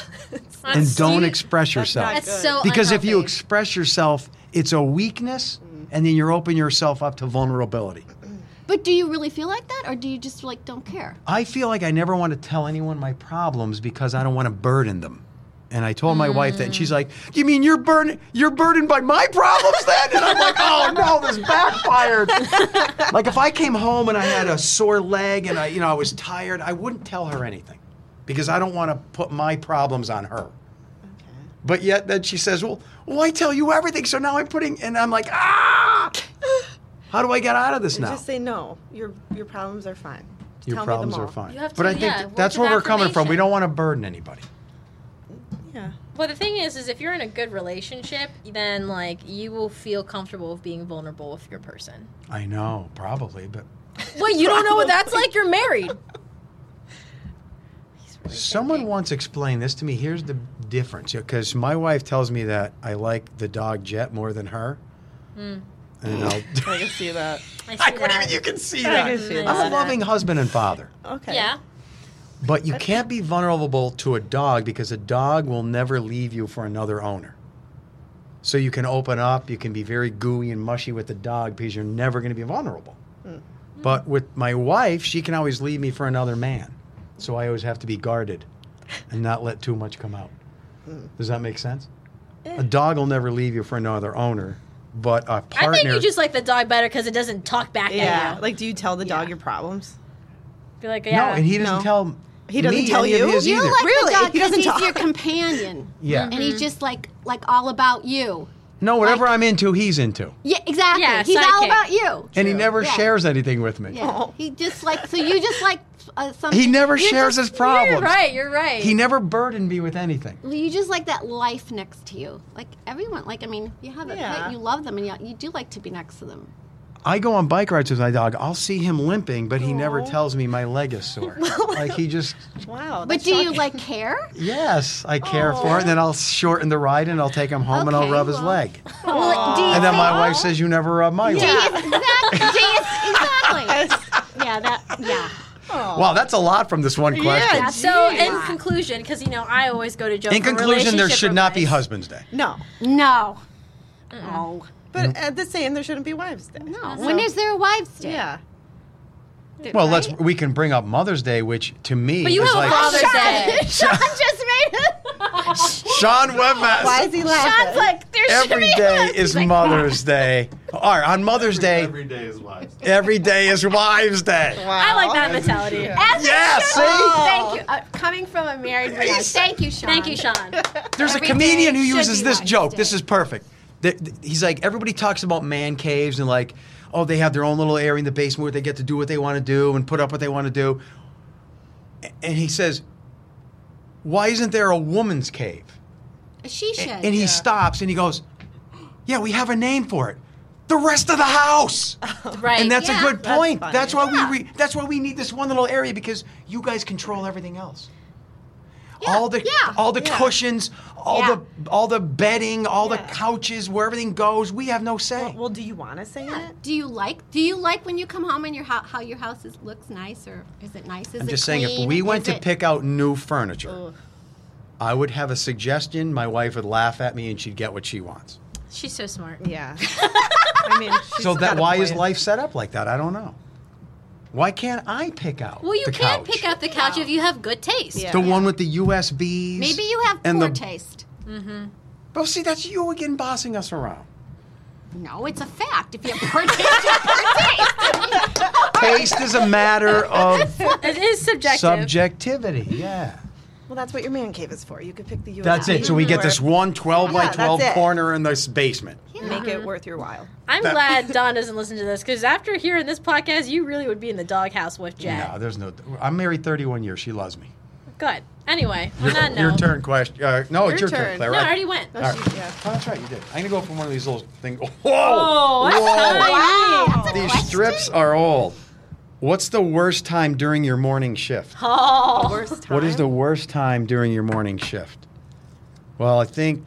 S2: and don't express yourself.
S4: not
S6: That's so
S2: because if you
S6: unhealthy.
S2: express yourself, it's a weakness, and then you're opening yourself up to vulnerability.
S5: But do you really feel like that, or do you just like don't care?
S2: I feel like I never want to tell anyone my problems because I don't want to burden them. And I told my wife that, and she's like, "You mean you're burden you're burdened by my problems then?" And I'm like, "Oh no, this backfired." like if I came home and I had a sore leg and I, you know, I was tired, I wouldn't tell her anything because I don't want to put my problems on her. But yet then she says, "Well, well, I tell you everything." So now I'm putting, and I'm like, "Ah, how do I get out of this now?"
S4: Just say no. Your your problems are fine.
S2: Your
S4: Tell me them
S2: problems are
S4: all."
S2: fine.
S6: You have
S2: but
S6: to-
S2: I think
S6: yeah,
S2: th-
S6: words
S2: that's
S6: of
S2: where we're coming from. We
S6: affirmation.
S2: don't want to burden anybody.
S4: Yeah.
S6: Well, the thing is, is if you're in a good relationship, then like you will feel comfortable with being vulnerable with your person.
S2: I know, probably, but
S6: Well, you don't know what that's like. You're married.
S2: someone once explained this to me. Here's the difference because my wife tells me that I like the dog Jet more than her.
S6: Hmm.
S2: And I'll,
S4: I can see that.
S6: I see
S2: I couldn't even,
S6: that.
S2: you can see
S4: I
S2: that.
S4: can see
S2: I'm a
S6: that.
S2: loving husband and father,
S4: Okay.
S6: Yeah.
S2: but you can't be vulnerable to a dog because a dog will never leave you for another owner. So you can open up, you can be very gooey and mushy with the dog because you're never going to be vulnerable.
S4: Hmm.
S2: But with my wife, she can always leave me for another man. So I always have to be guarded and not let too much come out.
S4: Hmm.
S2: Does that make sense?
S4: Eh.
S2: A dog will never leave you for another owner, but a partner.
S6: I think you just like the dog better because it doesn't talk back
S4: Yeah.
S6: at you.
S4: Like, do you tell the dog your problems?
S6: Be like,
S2: no,
S6: yeah.
S2: and he doesn't
S4: no.
S2: tell.
S4: He doesn't
S2: me
S4: tell
S2: any of
S4: you?
S2: his
S4: You
S2: either.
S4: like- Really?
S5: Like the dog,
S4: He
S5: 'cause
S4: doesn't
S5: he's
S4: talk. Mm-hmm.
S5: your companion.
S2: Yeah.
S5: And he's just like like all about you.
S2: No, whatever I'm into, he's into,
S5: Yeah, exactly.
S6: Yeah,
S5: he's all
S6: sidekick.
S5: about you.
S2: and he never
S5: Yeah.
S2: shares anything with me.
S5: Yeah. He just like so you just like uh, some
S2: He never shares his
S6: You're
S2: problems.
S6: right. You're right.
S2: He never burdened me with anything.
S5: you just like that life next to you. Like everyone, like I mean, you have a
S4: Yeah.
S5: pet, you love them, and you, you do like to be next to them.
S2: I go on bike rides with my dog. I'll see him limping, but he never tells me my leg is sore. like he just,
S4: Wow.
S5: But
S4: that's
S5: do you
S4: shocking.
S5: like care?
S2: yes, I care for it. And then I'll shorten the ride and I'll take him home and I'll
S5: Okay,
S2: rub his
S5: well.
S2: leg.
S5: Well, do you
S2: And then my
S5: think-
S2: wife says, "You never rub my
S5: Do
S2: leg."
S5: you, exactly. do you, exactly. yeah, that. Yeah.
S4: Oh,
S2: Wow, that's a lot from this one question.
S4: Yeah.
S6: so,
S5: Jeez.
S6: in conclusion, because you know, I always go to Joe.
S2: In
S6: for
S2: conclusion, there
S6: relationship
S2: should not be
S6: advice.
S2: Husband's Day.
S4: No.
S5: No. No.
S4: But
S2: Mm-hmm.
S4: at the same, there shouldn't be wives' day.
S5: No. When is there a wives' day?
S4: Yeah.
S2: Well, let's we can bring up Mother's Day, which to me
S6: But you
S2: is
S6: have
S2: like
S6: a Father's Day.
S5: Sean just made it.
S2: Sean Webmaster.
S4: Why is he
S5: Sean's
S4: laughing?
S5: like, there should
S2: Every
S5: be
S2: day
S5: wives.
S2: is
S5: He's like,
S2: Mother's Day. All right, on Mother's Day,
S7: Every day is wives.
S2: every day is Wives' Day.
S4: Wow.
S6: I like that mentality.
S5: As it
S2: Yeah,
S5: should
S2: see?
S5: be. Thank you. Uh, coming from a married woman. Thank you, Sean.
S6: Thank you, Sean.
S2: There's
S5: Every
S2: a comedian
S5: day
S2: who
S5: should
S2: uses
S5: be
S2: this
S5: Wives'
S2: joke.
S5: Day.
S2: This is perfect. Th- th- He's like, everybody talks about man caves and like, oh, they have their own little area in the basement where they get to do what they want to do and put up what they want to do. A- And he says, why isn't there a woman's cave?
S5: She should.
S2: And he stops and he goes, yeah, we have a name for it. The rest of the house.
S6: Right.
S2: And that's
S5: yeah,
S2: a good
S4: that's
S2: point.
S4: funny.
S2: That's, why we re- that's why we need this one little area because you guys control everything else. all the
S5: yeah,
S2: all the cushions, all
S5: Yeah.
S2: the all the bedding, all the
S4: Yeah.
S2: couches, where everything goes, we have no say.
S4: Well, do you want to say it?
S5: Do you like? Do you like when you come home and your how, how your house is, looks nice or is it nice? Is
S2: I'm
S5: it
S2: just saying if
S5: clean?
S2: we went
S5: Is
S2: to
S5: it-
S2: pick out new furniture, I would have a suggestion, my wife would laugh at me and she'd get what she wants.
S6: She's so smart.
S4: Yeah. I mean, she's
S2: so
S4: got
S2: that
S4: a
S2: why is
S4: point.
S2: life set up like that? I don't know. Why can't I pick out?
S6: Well, you
S2: the
S6: can't
S2: couch?
S6: pick out the couch if you have good taste.
S4: Yeah.
S2: the one with the USBs.
S5: maybe you have
S2: and
S5: poor
S2: the-
S5: taste.
S2: Well, see, that's you again bossing us around.
S5: No, it's a fact. If you have poor taste, you have poor taste.
S2: Taste is a matter of
S6: It is subjective.
S2: subjectivity. Yeah.
S4: Well, that's what your man cave is for. You could pick the USB.
S2: That's it. So we get this one 12 by
S4: Yeah, that's
S2: 12
S4: it.
S2: corner in this basement.
S4: Make it worth your while.
S6: I'm glad Don doesn't listen to this because after hearing this podcast, you really would be in the doghouse with Jack.
S2: No, there's no. I'm married 31 years. She loves me.
S6: Good. Anyway, on
S2: Your,
S6: that note.
S2: your turn, question. Uh, no, it's your
S4: Your
S2: turn,
S4: turn.
S2: Claire.
S6: No, I
S2: right?
S6: already went.
S2: All right.
S4: Yeah.
S2: Oh, that's right. You did. I'm gonna go for one of these little things. Whoa!
S6: Oh, that's
S2: Whoa!
S6: how you-
S5: Oh.
S2: These strips are old. What's the worst time during your morning shift?
S6: Oh.
S4: Worst time.
S2: What is the worst time during your morning shift? Well, I think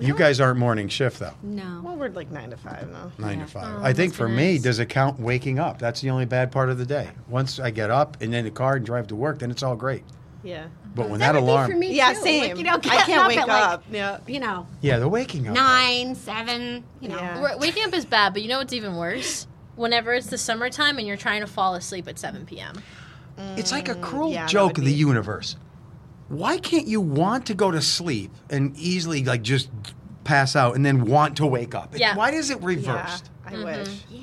S2: you guys aren't morning shift though.
S5: No.
S4: Well, we're like nine to five now.
S2: Nine to
S4: Oh,
S2: five. I think for me, does it count waking up? That's the only bad part of the day. Once I get up and in the car and drive to work, then it's all great.
S6: Yeah.
S2: But when
S3: that
S2: that
S3: would be
S2: alarm,
S3: for me
S4: yeah,
S3: too.
S4: same.
S3: Like, you know,
S4: I
S3: getting
S4: can't
S3: up
S4: wake
S3: at, like,
S4: up. yeah.
S3: You know,
S2: yeah, the waking up.
S3: nine, seven. You know,
S4: Yeah.
S6: We're- Waking up is bad, but you know what's even worse? Whenever it's the summertime and you're trying to fall asleep at 7 p.m.
S2: It's like a cruel
S4: yeah, that
S2: joke
S4: would
S2: of the
S4: be-
S2: universe. Why can't you want to go to sleep and easily like just pass out and then want to wake up? It-
S6: Yeah.
S2: Why is it
S4: Yeah,
S2: reversed?
S4: I wish.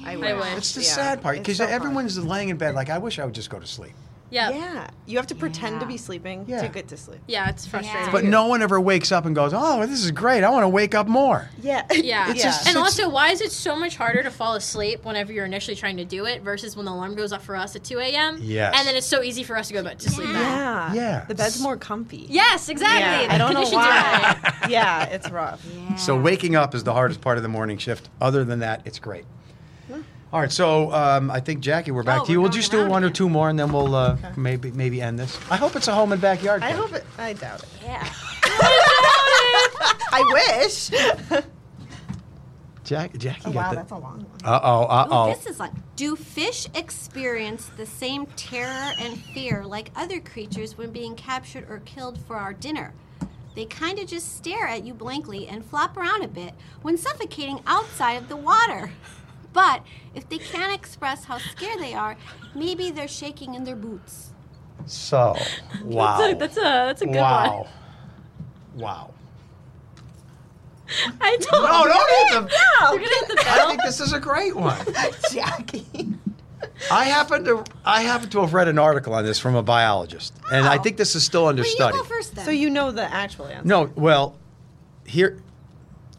S4: I wish.
S6: I wish.
S2: It's the
S4: Yeah,
S2: sad part
S4: it's
S2: because
S4: so hard.
S2: everyone's laying in bed like, I wish I would just go to sleep.
S6: Yeah. Yeah,
S4: Yeah, you have to pretend to
S3: Yeah.
S4: be sleeping
S2: Yeah.
S4: to get to sleep.
S6: it's frustrating.
S3: Yeah.
S2: But
S4: Yeah.
S2: no one ever wakes up and goes, "Oh, this is great. I want to wake up more."
S4: Yeah,
S6: Yeah.
S2: It's just
S6: and
S2: such-
S6: also, why is it so much harder to fall asleep whenever you're initially trying to do it versus when the alarm goes off for us at 2 a.m.?
S2: Yes.
S6: And then it's so easy for us to go back to sleep.
S3: Yeah.
S6: then.
S4: yeah,
S2: Yeah.
S4: The bed's more comfy.
S6: Yes, exactly.
S4: Yeah, I
S6: The
S4: don't know
S6: conditions are
S4: why.
S6: right.
S4: yeah, it's rough.
S2: So waking up is the hardest part of the morning shift. Other than that, it's great. All right, so um, I think Jackie, we're back
S3: Oh,
S2: to you.
S3: we're
S2: We'll
S3: going
S2: just do
S3: around
S2: one or
S3: again.
S2: two more, and then we'll uh, maybe maybe end this. I hope it's a home and backyard.
S4: I
S2: thing.
S4: hope it. I doubt it.
S3: yeah.
S4: I wish.
S2: Jack, Jackie
S4: Oh, wow,
S2: got
S4: that's a long one.
S2: Uh oh, uh
S5: Oh,
S2: oh.
S5: this is like, do fish experience the same terror and fear like other creatures when being captured or killed for our dinner? They kind of just stare at you blankly and flop around a bit when suffocating outside of the water. But if they can't express how scared they are, maybe they're shaking in their boots.
S2: So, wow.
S6: That's a, that's a, that's a good
S2: wow.
S6: one.
S2: Wow.
S6: I don't
S2: No, don't hit the.
S6: You're going to hit the
S2: I
S6: bell?
S2: think this is a great one.
S4: Jackie.
S2: I happen to I happen to have read an article on this from a biologist, and I think this is still under
S5: But you
S2: study.
S5: go first then.
S4: So you know the actual answer.
S2: No, well, here,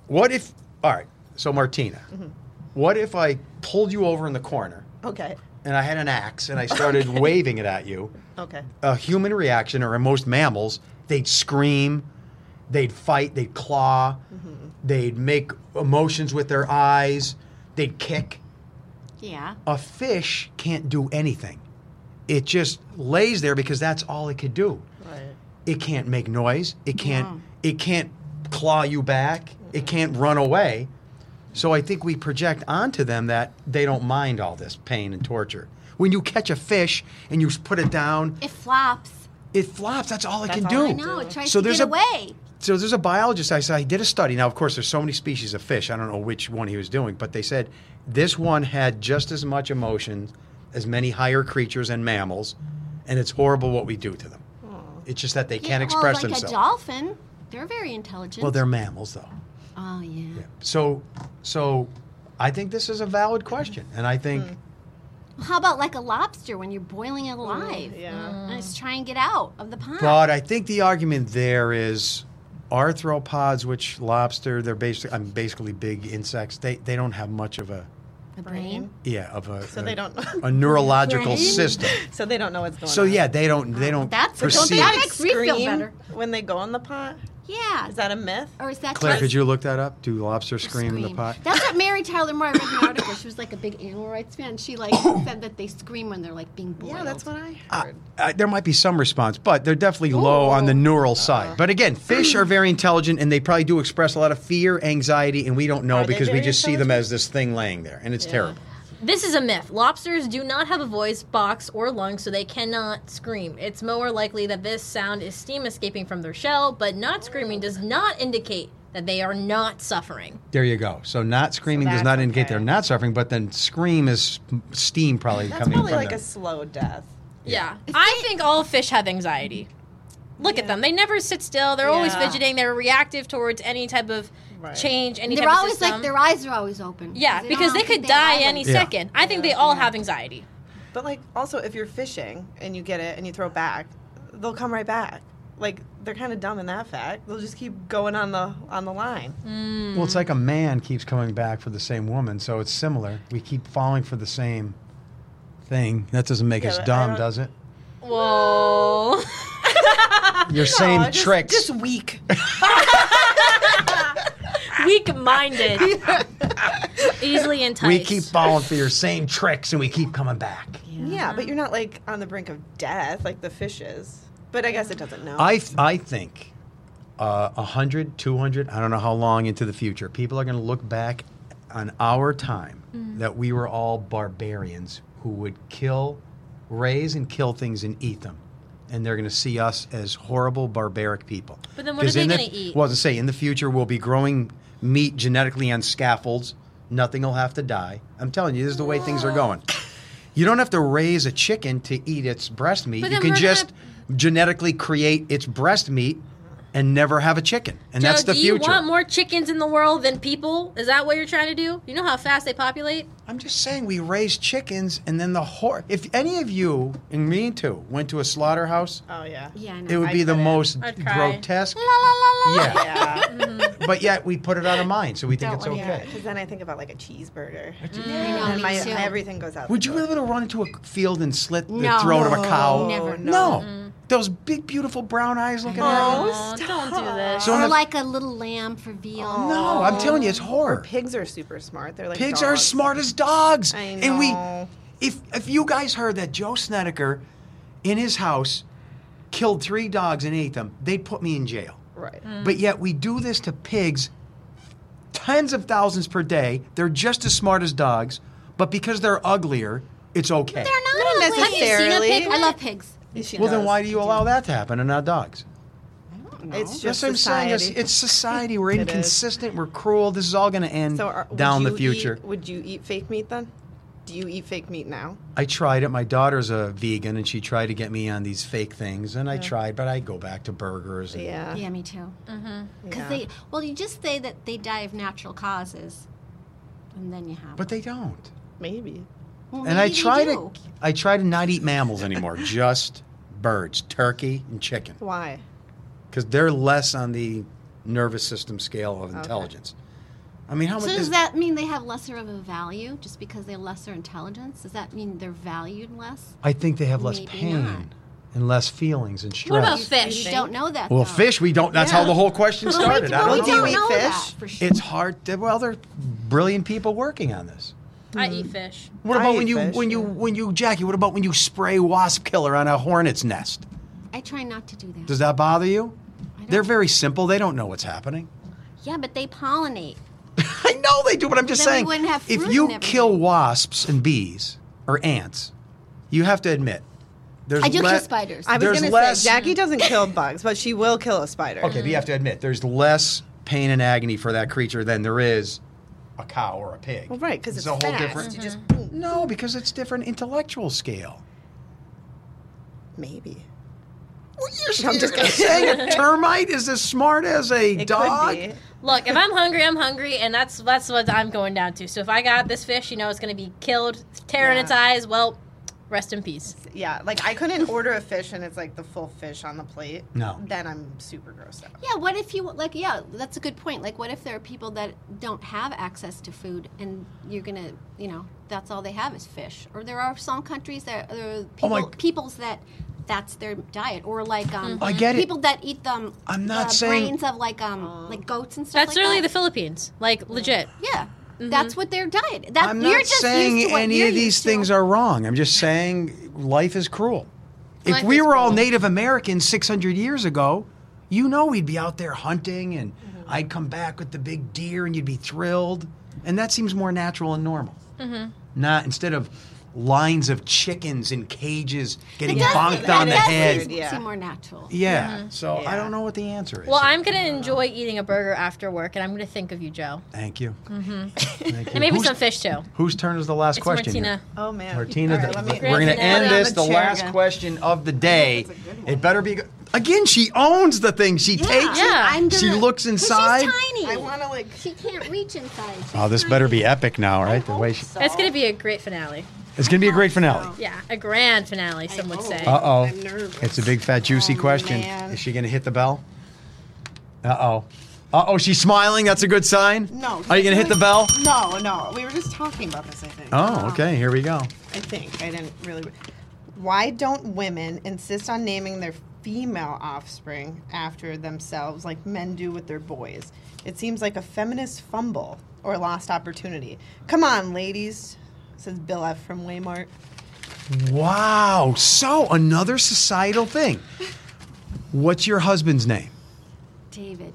S2: what if? All right, so Martina,
S5: Mm-hmm.
S2: what if I pulled you over in the corner
S4: Okay.
S2: and I had an axe and I started waving it at you?
S4: Okay.
S2: A human reaction, or in most mammals, they'd scream, they'd fight, they'd claw,
S5: Mm-hmm.
S2: they'd make emotions with their eyes, they'd kick.
S5: yeah.
S2: A fish can't do anything. It just lays there because that's all it could do.
S4: Right.
S2: It can't make noise. It can't it can't claw you back. It can't run away. So I think we project onto them that they don't mind all this pain and torture. When you catch a fish and you s- put it down,
S5: It flops.
S2: it flops. That's all it
S4: That's
S2: can
S4: all
S2: do.
S4: I
S5: No, it tries
S2: So
S5: to
S2: there's
S5: get
S2: a-
S5: away.
S2: So there's a biologist. I said I did a study. Now, of course, there's so many species of fish. I don't know which one he was doing, but they said this one had just as much emotion as many higher creatures and mammals, and it's horrible what we do to them. It's just that they can't
S5: Hmm. Yeah, well,
S2: express
S5: like
S2: themselves.
S5: a dolphin. They're very intelligent.
S2: Well, they're mammals, though.
S5: Oh, yeah.
S2: So, so I think this is a valid question, and I
S5: Hmm.
S2: think
S5: How about like a lobster when you're boiling it alive?
S4: Yeah.
S5: And it's trying to get out of the pond.
S2: But I think the argument there is arthropods, which lobster, they're basically I'm basically big insects. They they don't have much of a
S5: the brain.
S2: yeah of a
S4: So
S2: a,
S4: they don't.
S2: a neurological
S5: Brain?
S2: system.
S4: so they don't know what's going
S2: So
S4: on.
S2: yeah, they don't they don't
S5: That's- but don't
S2: perceive.
S5: they
S4: That
S5: That
S4: makes
S5: makes me feel
S4: scream
S5: better.
S4: when they go in the pot.
S5: Yeah.
S4: Is that a myth?
S5: or is that
S2: Claire,
S5: just
S2: could you look that up? Do lobster
S5: a
S2: scream, in the pot?
S5: That's what Mary Tyler Moore I read an article. She was like a big animal rights fan. She like said that they scream when they're like being boiled.
S4: Yeah, that's what I
S2: I-
S4: heard.
S2: I- Uh, there might be some response, but they're definitely low on the neural side. But again, fish are very intelligent, and they probably do express a lot of fear, anxiety, and we don't know
S4: Are they
S2: because we
S4: very
S2: just see them
S4: intelligent?
S2: as this thing laying there, and it's terrible.
S6: This is a myth. Lobsters do not have a voice box or lungs, so they cannot scream. It's more likely that this sound is steam escaping from their shell, but not screaming does not indicate that they are not suffering.
S2: There you go. So not screaming does
S4: that's
S2: not indicate
S4: okay.
S2: they're not suffering, but then scream is steam probably
S4: That's
S2: coming
S4: probably
S2: from
S4: like
S2: them.
S4: a slow death.
S6: Yeah. I think all fish have anxiety. Look at them. They never sit still. They're always
S4: Yeah.
S6: fidgeting. They're reactive towards any type of
S4: Right.
S6: change, any
S5: They're
S6: type
S5: always
S6: of system.
S5: like their eyes are always open.
S6: yeah,
S5: they
S6: because
S5: don't
S6: they
S5: think
S6: could die
S5: have
S6: any
S5: eyelids.
S2: Yeah.
S6: second. I think they all have anxiety.
S4: But like, also, if you're fishing and you get it and you throw back, they'll come right back. Like they're kind of dumb in that fact. They'll just keep going on the on the line.
S2: Well,
S4: Mm-hmm.
S2: it's like a man keeps coming back for the same woman, so it's similar. We keep falling for the same thing. That doesn't make
S4: Yeah,
S2: us
S4: but I
S2: dumb,
S4: don't-
S2: does it?
S6: Whoa.
S2: Your same
S4: just,
S2: tricks.
S4: Just weak.
S6: Weak minded. Easily enticed.
S2: we keep falling for your same tricks, and we keep coming back.
S4: Yeah, but you're not like on the brink of death like the fish is. But I guess it doesn't know.
S2: I I think uh, 100, 200, I don't know how long into the future, people are going to look back on our time
S6: Mm.
S2: that we were all barbarians who would kill, raise and kill things and eat them. and they're going to see us as horrible, barbaric people.
S6: But then what
S2: 'Cause
S6: are
S2: in
S6: they
S2: the-
S6: gonna eat?
S2: Well, I was going to say, in the future, we'll be growing meat genetically on scaffolds. Nothing will have to die. I'm telling you, this is the way things are going. You don't have to raise a chicken to eat its breast meat.
S6: But
S2: You
S6: then
S2: can
S6: we're
S2: just genetically create its breast meat and never have a chicken. And that's
S6: Joe,
S2: the
S6: do
S2: future.
S6: you want more chickens in the world than people? Is that what you're trying to do? You know how fast they populate?
S2: I'm just saying we raise chickens and then the horse. If any of you, and me too, went to a slaughterhouse,
S4: Oh yeah.
S3: Yeah, I know.
S2: it would
S4: I
S2: be the
S4: couldn't.
S2: most
S6: I'd cry.
S2: grotesque. Yeah.
S4: Yeah.
S2: but yet we put it out of mind, so we think
S5: Don't
S2: it's
S5: worry.
S4: Yeah,
S2: okay.
S4: because then I think about like a cheeseburger,
S3: I know,
S4: and
S3: me
S4: my
S3: too.
S4: everything goes out.
S2: Would
S4: the
S2: you be
S4: door.
S2: able to run into a field and slit the
S3: No.
S2: throat of a cow?
S3: Never.
S2: No. Those big, beautiful brown eyes looking at you.
S6: Oh, don't do this.
S2: So in
S3: Or
S2: the-
S3: like a little lamb for veal.
S6: Oh.
S2: no, I'm telling you, it's horror.
S4: Pigs are super smart. They're like
S2: Pigs are
S4: dogs.
S2: smart as dogs.
S4: I
S2: And we,
S4: know.
S2: if if you guys heard that Joe Snedeker, in his house, killed three dogs and ate them, they'd put me in jail.
S4: Right.
S2: But yet we do this to pigs tens of thousands per day. They're just as smart as dogs, but because they're uglier, it's okay.
S3: They're not,
S4: Not
S3: ugly.
S4: necessarily.
S3: Have you seen a pig? I love pigs.
S4: She
S2: well, then
S4: does.
S2: why do you allow that to happen and not dogs? That's
S4: It's just
S2: what I'm saying. It's,
S4: society.
S2: it's society. We're
S4: It is.
S2: inconsistent. We're cruel. This is all going to end
S4: so are, would
S2: down the
S4: you
S2: future.
S4: Eat, would you eat fake meat then? Do you eat fake meat now?
S2: I tried it. My daughter's a vegan, and she tried to get me on these fake things, and I tried, but I go back to burgers. And,
S4: Yeah.
S3: Yeah, me too. Because
S4: yeah.
S3: they, well, you just say that they die of natural causes, and then you have.
S2: But they don't.
S4: maybe.
S3: Well,
S2: and I
S3: maybe they
S2: try to,
S3: do.
S2: I try to not eat mammals anymore, just birds, turkey, and chicken,
S4: Why?
S2: because they're less on the nervous system scale of intelligence. I mean, how
S3: So
S2: much
S3: does
S2: is
S3: that mean they have lesser of a value just because they have lesser intelligence? Does that mean they're valued less?
S2: I think they have less
S3: Maybe
S2: pain
S3: not.
S2: and less feelings and stress.
S6: What about
S3: You
S6: fish?
S3: don't know that.
S2: Well,
S3: though.
S2: fish, we don't. That's how the whole question
S3: But
S2: started.
S3: We,
S2: I
S3: but we don't
S2: don't know.
S4: Do you eat
S3: know that
S4: fish?
S3: for sure.
S2: It's hard. To, well, they're brilliant people working on this.
S6: I eat fish.
S2: What
S4: I
S2: about
S4: eat
S2: when you
S4: fish,
S2: when you
S4: yeah.
S2: when you Jackie? What about when you spray wasp killer on a hornet's nest?
S3: I try not to do that.
S2: Does that bother you?
S3: don't-
S2: They're very simple. They don't know what's happening.
S3: yeah, but they pollinate.
S2: I know they do, but I'm just
S3: Then we
S2: saying.
S3: wouldn't have fruit
S2: if
S3: and
S2: you
S3: everything.
S2: kill wasps and bees or ants, you have to admit there's
S3: I do
S2: le-
S3: kill spiders.
S4: I was
S2: There's
S4: gonna
S2: less-
S4: say Jackie doesn't kill bugs, but she will kill a spider.
S2: Okay, but you have to admit there's less pain and agony for that creature than there is a cow or a pig.
S4: Well, right, because it's,
S2: a whole
S4: fast. Mm-hmm.
S2: different.
S4: You just boom.
S2: No, because it's different intellectual scale.
S4: maybe.
S2: I'm just saying a termite is as smart as a
S4: It
S2: dog.
S4: could be.
S6: Look, if I'm hungry, I'm hungry, and that's that's what I'm going down to. So if I got this fish, you know it's going to be killed, tearing
S4: Yeah.
S6: its eyes. Well, rest in peace.
S4: Yeah, like I couldn't order a fish and it's like the full fish on the plate.
S2: No.
S4: Then I'm super grossed out.
S5: Yeah, what if you like? Yeah, that's a good point. Like, what if there are people that don't have access to food, and you're gonna, you know, that's all they have is fish. Or there are some countries that there are people,
S2: Oh my-
S5: peoples that that's their diet, or like um,
S2: I get it.
S5: people that eat them.
S2: I'm not
S5: uh,
S2: saying-
S5: brains of like um like goats and stuff. like
S6: That's really Mm-hmm. the
S5: that.
S6: Philippines, like legit.
S5: yeah. That's what their diet. That
S2: I'm
S5: you're
S2: not
S5: just used
S2: saying
S5: to what
S2: any
S5: you're
S2: of these
S5: used to.
S2: things are wrong. I'm just saying life is cruel. If
S6: Life
S2: we
S6: is
S2: were all
S6: cruel.
S2: Native Americans 600 years ago, you know we'd be out there hunting and I'd come back with the big deer and you'd be thrilled. And that seems more natural and normal. Not instead of lines of chickens in cages getting
S5: does-
S2: bonked
S4: that
S2: on the
S4: does
S2: head.
S4: seem- Yeah.
S5: seem more natural.
S2: Yeah. So I
S4: Yeah.
S2: don't know what the answer is.
S6: Well, I'm going to enjoy eating a burger after work, and I'm going to think of you, Joe,
S2: Thank you. Thank you.
S6: Mm-hmm. and maybe
S2: Whose-
S6: some fish too.
S2: Whose turn is the last
S6: It's
S2: question? here?
S6: Martina.
S4: Oh man.
S2: Martina,
S4: All right,
S2: the-
S4: let me-
S2: we're going to
S6: Martina.
S2: end
S6: Put it on
S2: this, the
S4: chair
S2: last
S4: again.
S2: question of the day. It better be. go- Again, she owns the thing. She takes it.
S6: Yeah.
S5: I'm gonna,
S2: She looks
S3: She's
S2: inside.
S3: tiny.
S4: I want to like.
S3: she can't reach inside.
S2: Oh, this better be epic now, right? The way she,
S6: It's going to be a great finale.
S2: it's going to be a great finale.
S6: Yeah, a grand finale, some would say.
S2: Uh oh.
S4: I'm nervous.
S2: It's a big, fat, juicy
S4: Oh,
S2: question.
S4: man.
S2: Is she going to hit the bell? Uh oh. Uh oh, she's smiling. That's a good sign.
S4: No.
S2: Are you going to hit the bell?
S4: No, no. We were just talking about this, I think.
S2: Oh, okay. Here we go.
S4: I think. I didn't really. Why don't women insist on naming their female offspring after themselves like men do with their boys? It seems like a feminist fumble or lost opportunity. Come on, ladies, says Bill F. from Waymart.
S2: Wow. So, another societal thing. What's your husband's name?
S5: David.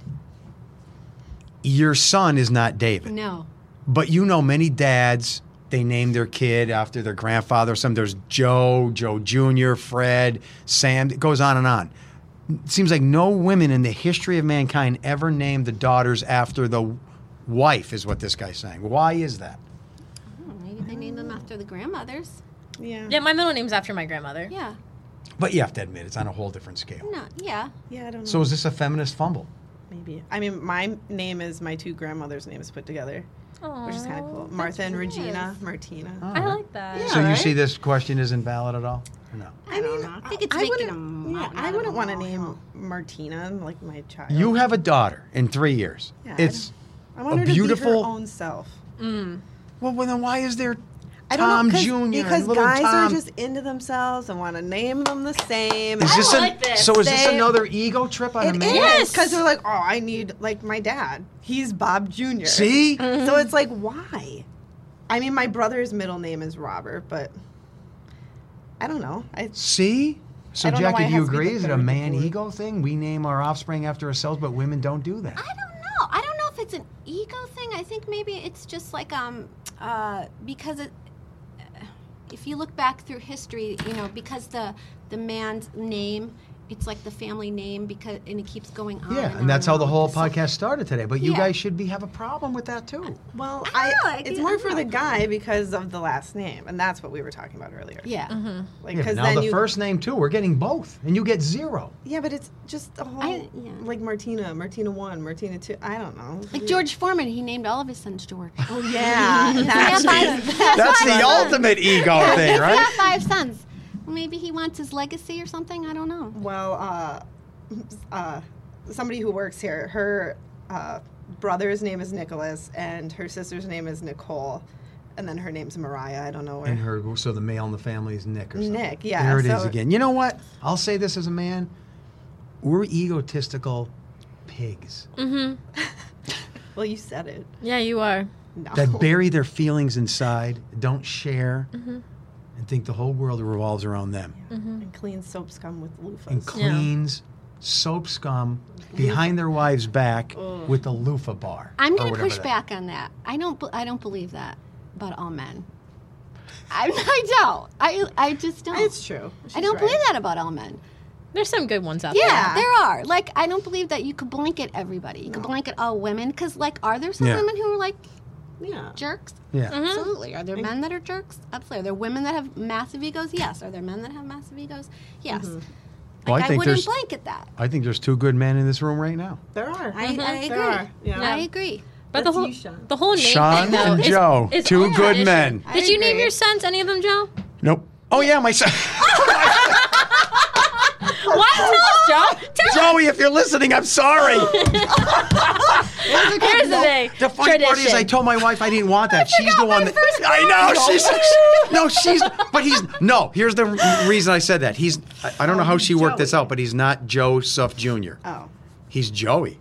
S2: Your son is not David.
S5: No.
S2: But you know many dads they named their kid after their grandfather. Some there's Joe, Joe Jr., Fred, Sam. It goes on and on. It seems like no women in the history of mankind ever named the daughters after the wife, is what this guy's saying. Why is that?
S5: Oh, maybe they named them after the grandmothers.
S4: Yeah.
S6: Yeah, my middle name's after my grandmother.
S5: Yeah.
S2: But you have to admit, it's on a whole different scale.
S5: No. Yeah.
S4: Yeah, I don't know.
S2: So is this a feminist fumble?
S4: maybe. I mean, my name is my two grandmothers' names put together, which is kind of cool. Martha and Regina, Martina.
S2: Oh,
S6: I like that.
S2: So you see this question isn't valid at all? Or no?
S4: I, mean,
S3: I think it's making a
S4: wouldn't- yeah,
S3: mountain out
S4: I
S3: of
S4: wouldn't
S3: a
S4: want to
S3: molehill.
S4: name Martina like my child.
S2: You have a daughter in three years.
S4: Yeah, I
S2: it's
S4: I want
S2: a
S4: her to be her
S2: beautiful-
S4: own self.
S2: well, well, then why is there
S4: I don't
S2: Tom
S4: know, 'cause-
S2: Jr. and
S4: Because
S2: little
S4: guys
S2: Tom?
S4: are just into themselves and want to name them the same.
S2: Is this
S6: don't
S2: an-
S6: like this.
S2: So is this
S4: They-
S2: another ego trip on a
S4: It
S2: man?
S6: Yes.
S4: because they're like, oh, I need like my dad. He's Bob Jr.
S2: See?
S4: So it's like, why? I mean, my brother's middle name is Robert, but I don't know. I,
S2: See? So
S4: I don't know why
S2: Jackie,
S4: it
S2: do you
S4: has to be
S2: agree?
S4: the
S2: Is it a
S4: third
S2: man
S4: degree.
S2: ego thing? We name our offspring after ourselves, but women don't do that.
S5: I don't know. I don't know if it's an ego thing. I think maybe it's just like um uh because it, uh, if you look back through history, you know, because the the man's name, it's like the family name because and it keeps going on.
S2: Yeah,
S5: on
S2: and that's how the
S5: on
S2: whole
S5: with this.
S2: podcast started today. But you
S5: Yeah.
S2: guys should be have a problem with that too.
S4: well,
S5: I
S4: I,
S5: don't know, I
S4: it's
S5: do- I
S4: more
S5: don't
S4: for
S5: know.
S4: the guy because of the last name, and that's what we were talking about earlier.
S5: Yeah.
S4: like
S2: Yeah,
S4: because
S2: now
S4: then
S2: the
S4: you,
S2: first name too. We're getting both, and you get zero.
S4: yeah, but it's just a whole
S5: I- yeah.
S4: like Martina, Martina one, Martina two. I don't know.
S5: Like George Foreman, he named all of his sons George.
S4: Oh yeah, that's
S2: That's the ultimate ego thing,
S5: He
S2: right?
S5: had five sons. Maybe he wants his legacy or something. I don't know.
S4: Well, uh, uh, somebody who works here, her uh, brother's name is Nicholas, and her sister's name is Nicole, and then her name's Mariah. I don't know where.
S2: And her, so the male in the family is Nick or something.
S4: Nick, yeah,
S2: There it is
S4: so-
S2: again. You know what? I'll say this as a man. We're egotistical pigs
S5: Mm-hmm.
S4: well, you said it.
S6: Yeah, you are.
S4: No.
S5: Oh.
S2: that bury their feelings inside, don't share,
S5: Mm-hmm.
S2: and think the whole world revolves around them.
S5: Mm.
S4: and clean soap scum with
S2: And
S4: loofahs.
S2: cleans soap scum behind their wives' back with a loofah bar.
S5: Oh. I'm
S2: or
S5: going to
S2: whatever
S5: push
S2: that-
S5: back on that. I don't. be- I don't believe that about all men. I, I don't. I I just don't.
S4: It's true.
S5: I
S4: She's
S5: don't
S4: right.
S5: believe that about all men.
S6: There's some good ones out
S5: Yeah,
S4: Yeah.
S5: there are. Like, I don't believe that you could blanket everybody. You could blanket all women. Because, like, are there some
S2: Yeah.
S5: women who are, like,
S4: Yeah.
S5: jerks?
S2: Yeah. Oh,
S4: Mm-hmm.
S6: Mm-hmm.
S5: Absolutely. Are there men that are jerks? Absolutely. Are there women that have massive egos? Yes. Are there men that have massive egos? Yes.
S2: Mm-hmm. Well,
S5: Like,
S2: I
S5: I,
S2: think
S5: wouldn't
S2: there's
S5: blanket that.
S2: I think there's two good men in this room right now.
S4: There are.
S5: I, I
S4: Mm-hmm. There
S5: agree.
S4: are. Yeah.
S5: I agree.
S6: But the
S4: That's
S6: whole
S4: you, Sean.
S6: the whole name
S2: Sean
S6: thing, though,
S2: and
S6: is-
S2: Joe,
S6: is
S2: two
S6: all
S2: good
S6: an
S2: men.
S6: issue. Did you name
S4: agree.
S6: your sons any of them, Joe?
S2: Nope. Oh yeah, my son.
S6: Why tell us, Joe? Tell
S2: Joey, if you're listening, I'm sorry.
S6: Here's the thing.
S2: The funny part is, I
S6: Tradition.
S2: told my wife I didn't want that. she's the one that. I know. She's no. She's. But he's no. Here's the r- reason I said that. He's. I, I don't know how she worked this out, but he's not Joseph Jr.
S4: Oh.
S2: He's Joey.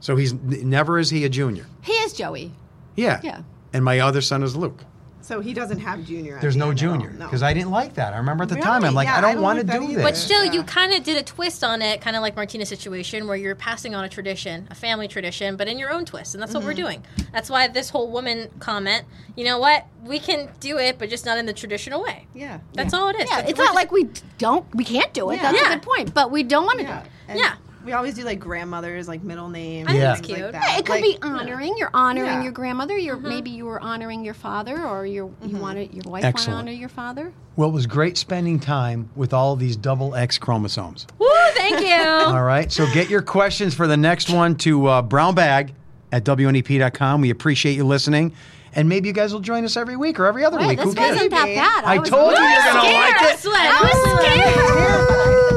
S2: So he's n- never is he a junior.
S5: He is Joey.
S2: Yeah.
S5: Yeah.
S2: And my other son is Luke.
S4: So he doesn't have junior. at
S2: There's
S4: the
S2: no
S4: end at all,
S2: junior
S4: no.
S2: because I didn't like that. I remember at the
S4: Really?
S2: time I'm like
S4: Yeah,
S2: I don't,
S4: I don't
S2: want
S4: like
S2: to
S4: that
S2: do
S4: either.
S2: this.
S6: But still, you
S4: Yeah.
S6: kind of did a twist on it, kind of like Martina's situation, where you're passing on a tradition, a family tradition, but in your own twist. And that's what we're doing. That's why this whole woman comment, you know what? We can do it, but just not in the traditional way.
S4: Yeah.
S6: That's all it is.
S5: Yeah,
S6: That's-
S5: it's
S6: we're
S5: not like
S6: just-
S5: we don't, we can't do it. That's
S6: Yeah.
S5: a good point. But we don't want to
S4: Yeah.
S5: do it.
S4: And
S6: Yeah.
S4: We always do like grandmothers, like middle names.
S6: I think
S2: Yeah.
S6: it's
S4: things
S6: cute.
S4: Like that.
S5: Yeah, it could
S4: Like-
S5: be honoring. You're honoring
S4: Yeah.
S5: your grandmother. You're maybe you were honoring your father, or your
S4: Mm-hmm.
S5: you wanted your wife want to
S2: Excellent.
S5: honor your father.
S2: Well, it was great spending time with all these double X chromosomes.
S6: Woo, thank you.
S2: All right. So get your questions for the next one to uh, brownbag at E WNEP.com. We appreciate you listening. And maybe you guys will join us every week or every other
S5: Right,
S2: week. Who
S5: this
S2: cares?
S5: wasn't that
S4: Maybe.
S5: bad.
S2: I
S5: was
S2: told you
S5: really
S2: you're going to
S5: scared.
S2: like it.
S6: I swear.
S5: I was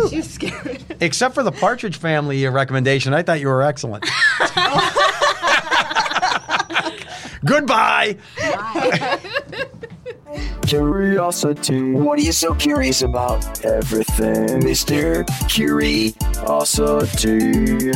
S5: scared.
S4: She's scared.
S2: Except for the Partridge Family uh, recommendation. I thought you were excellent. Goodbye.
S1: Curiosity. What are you so curious about? Everything, Mr. Curiosity.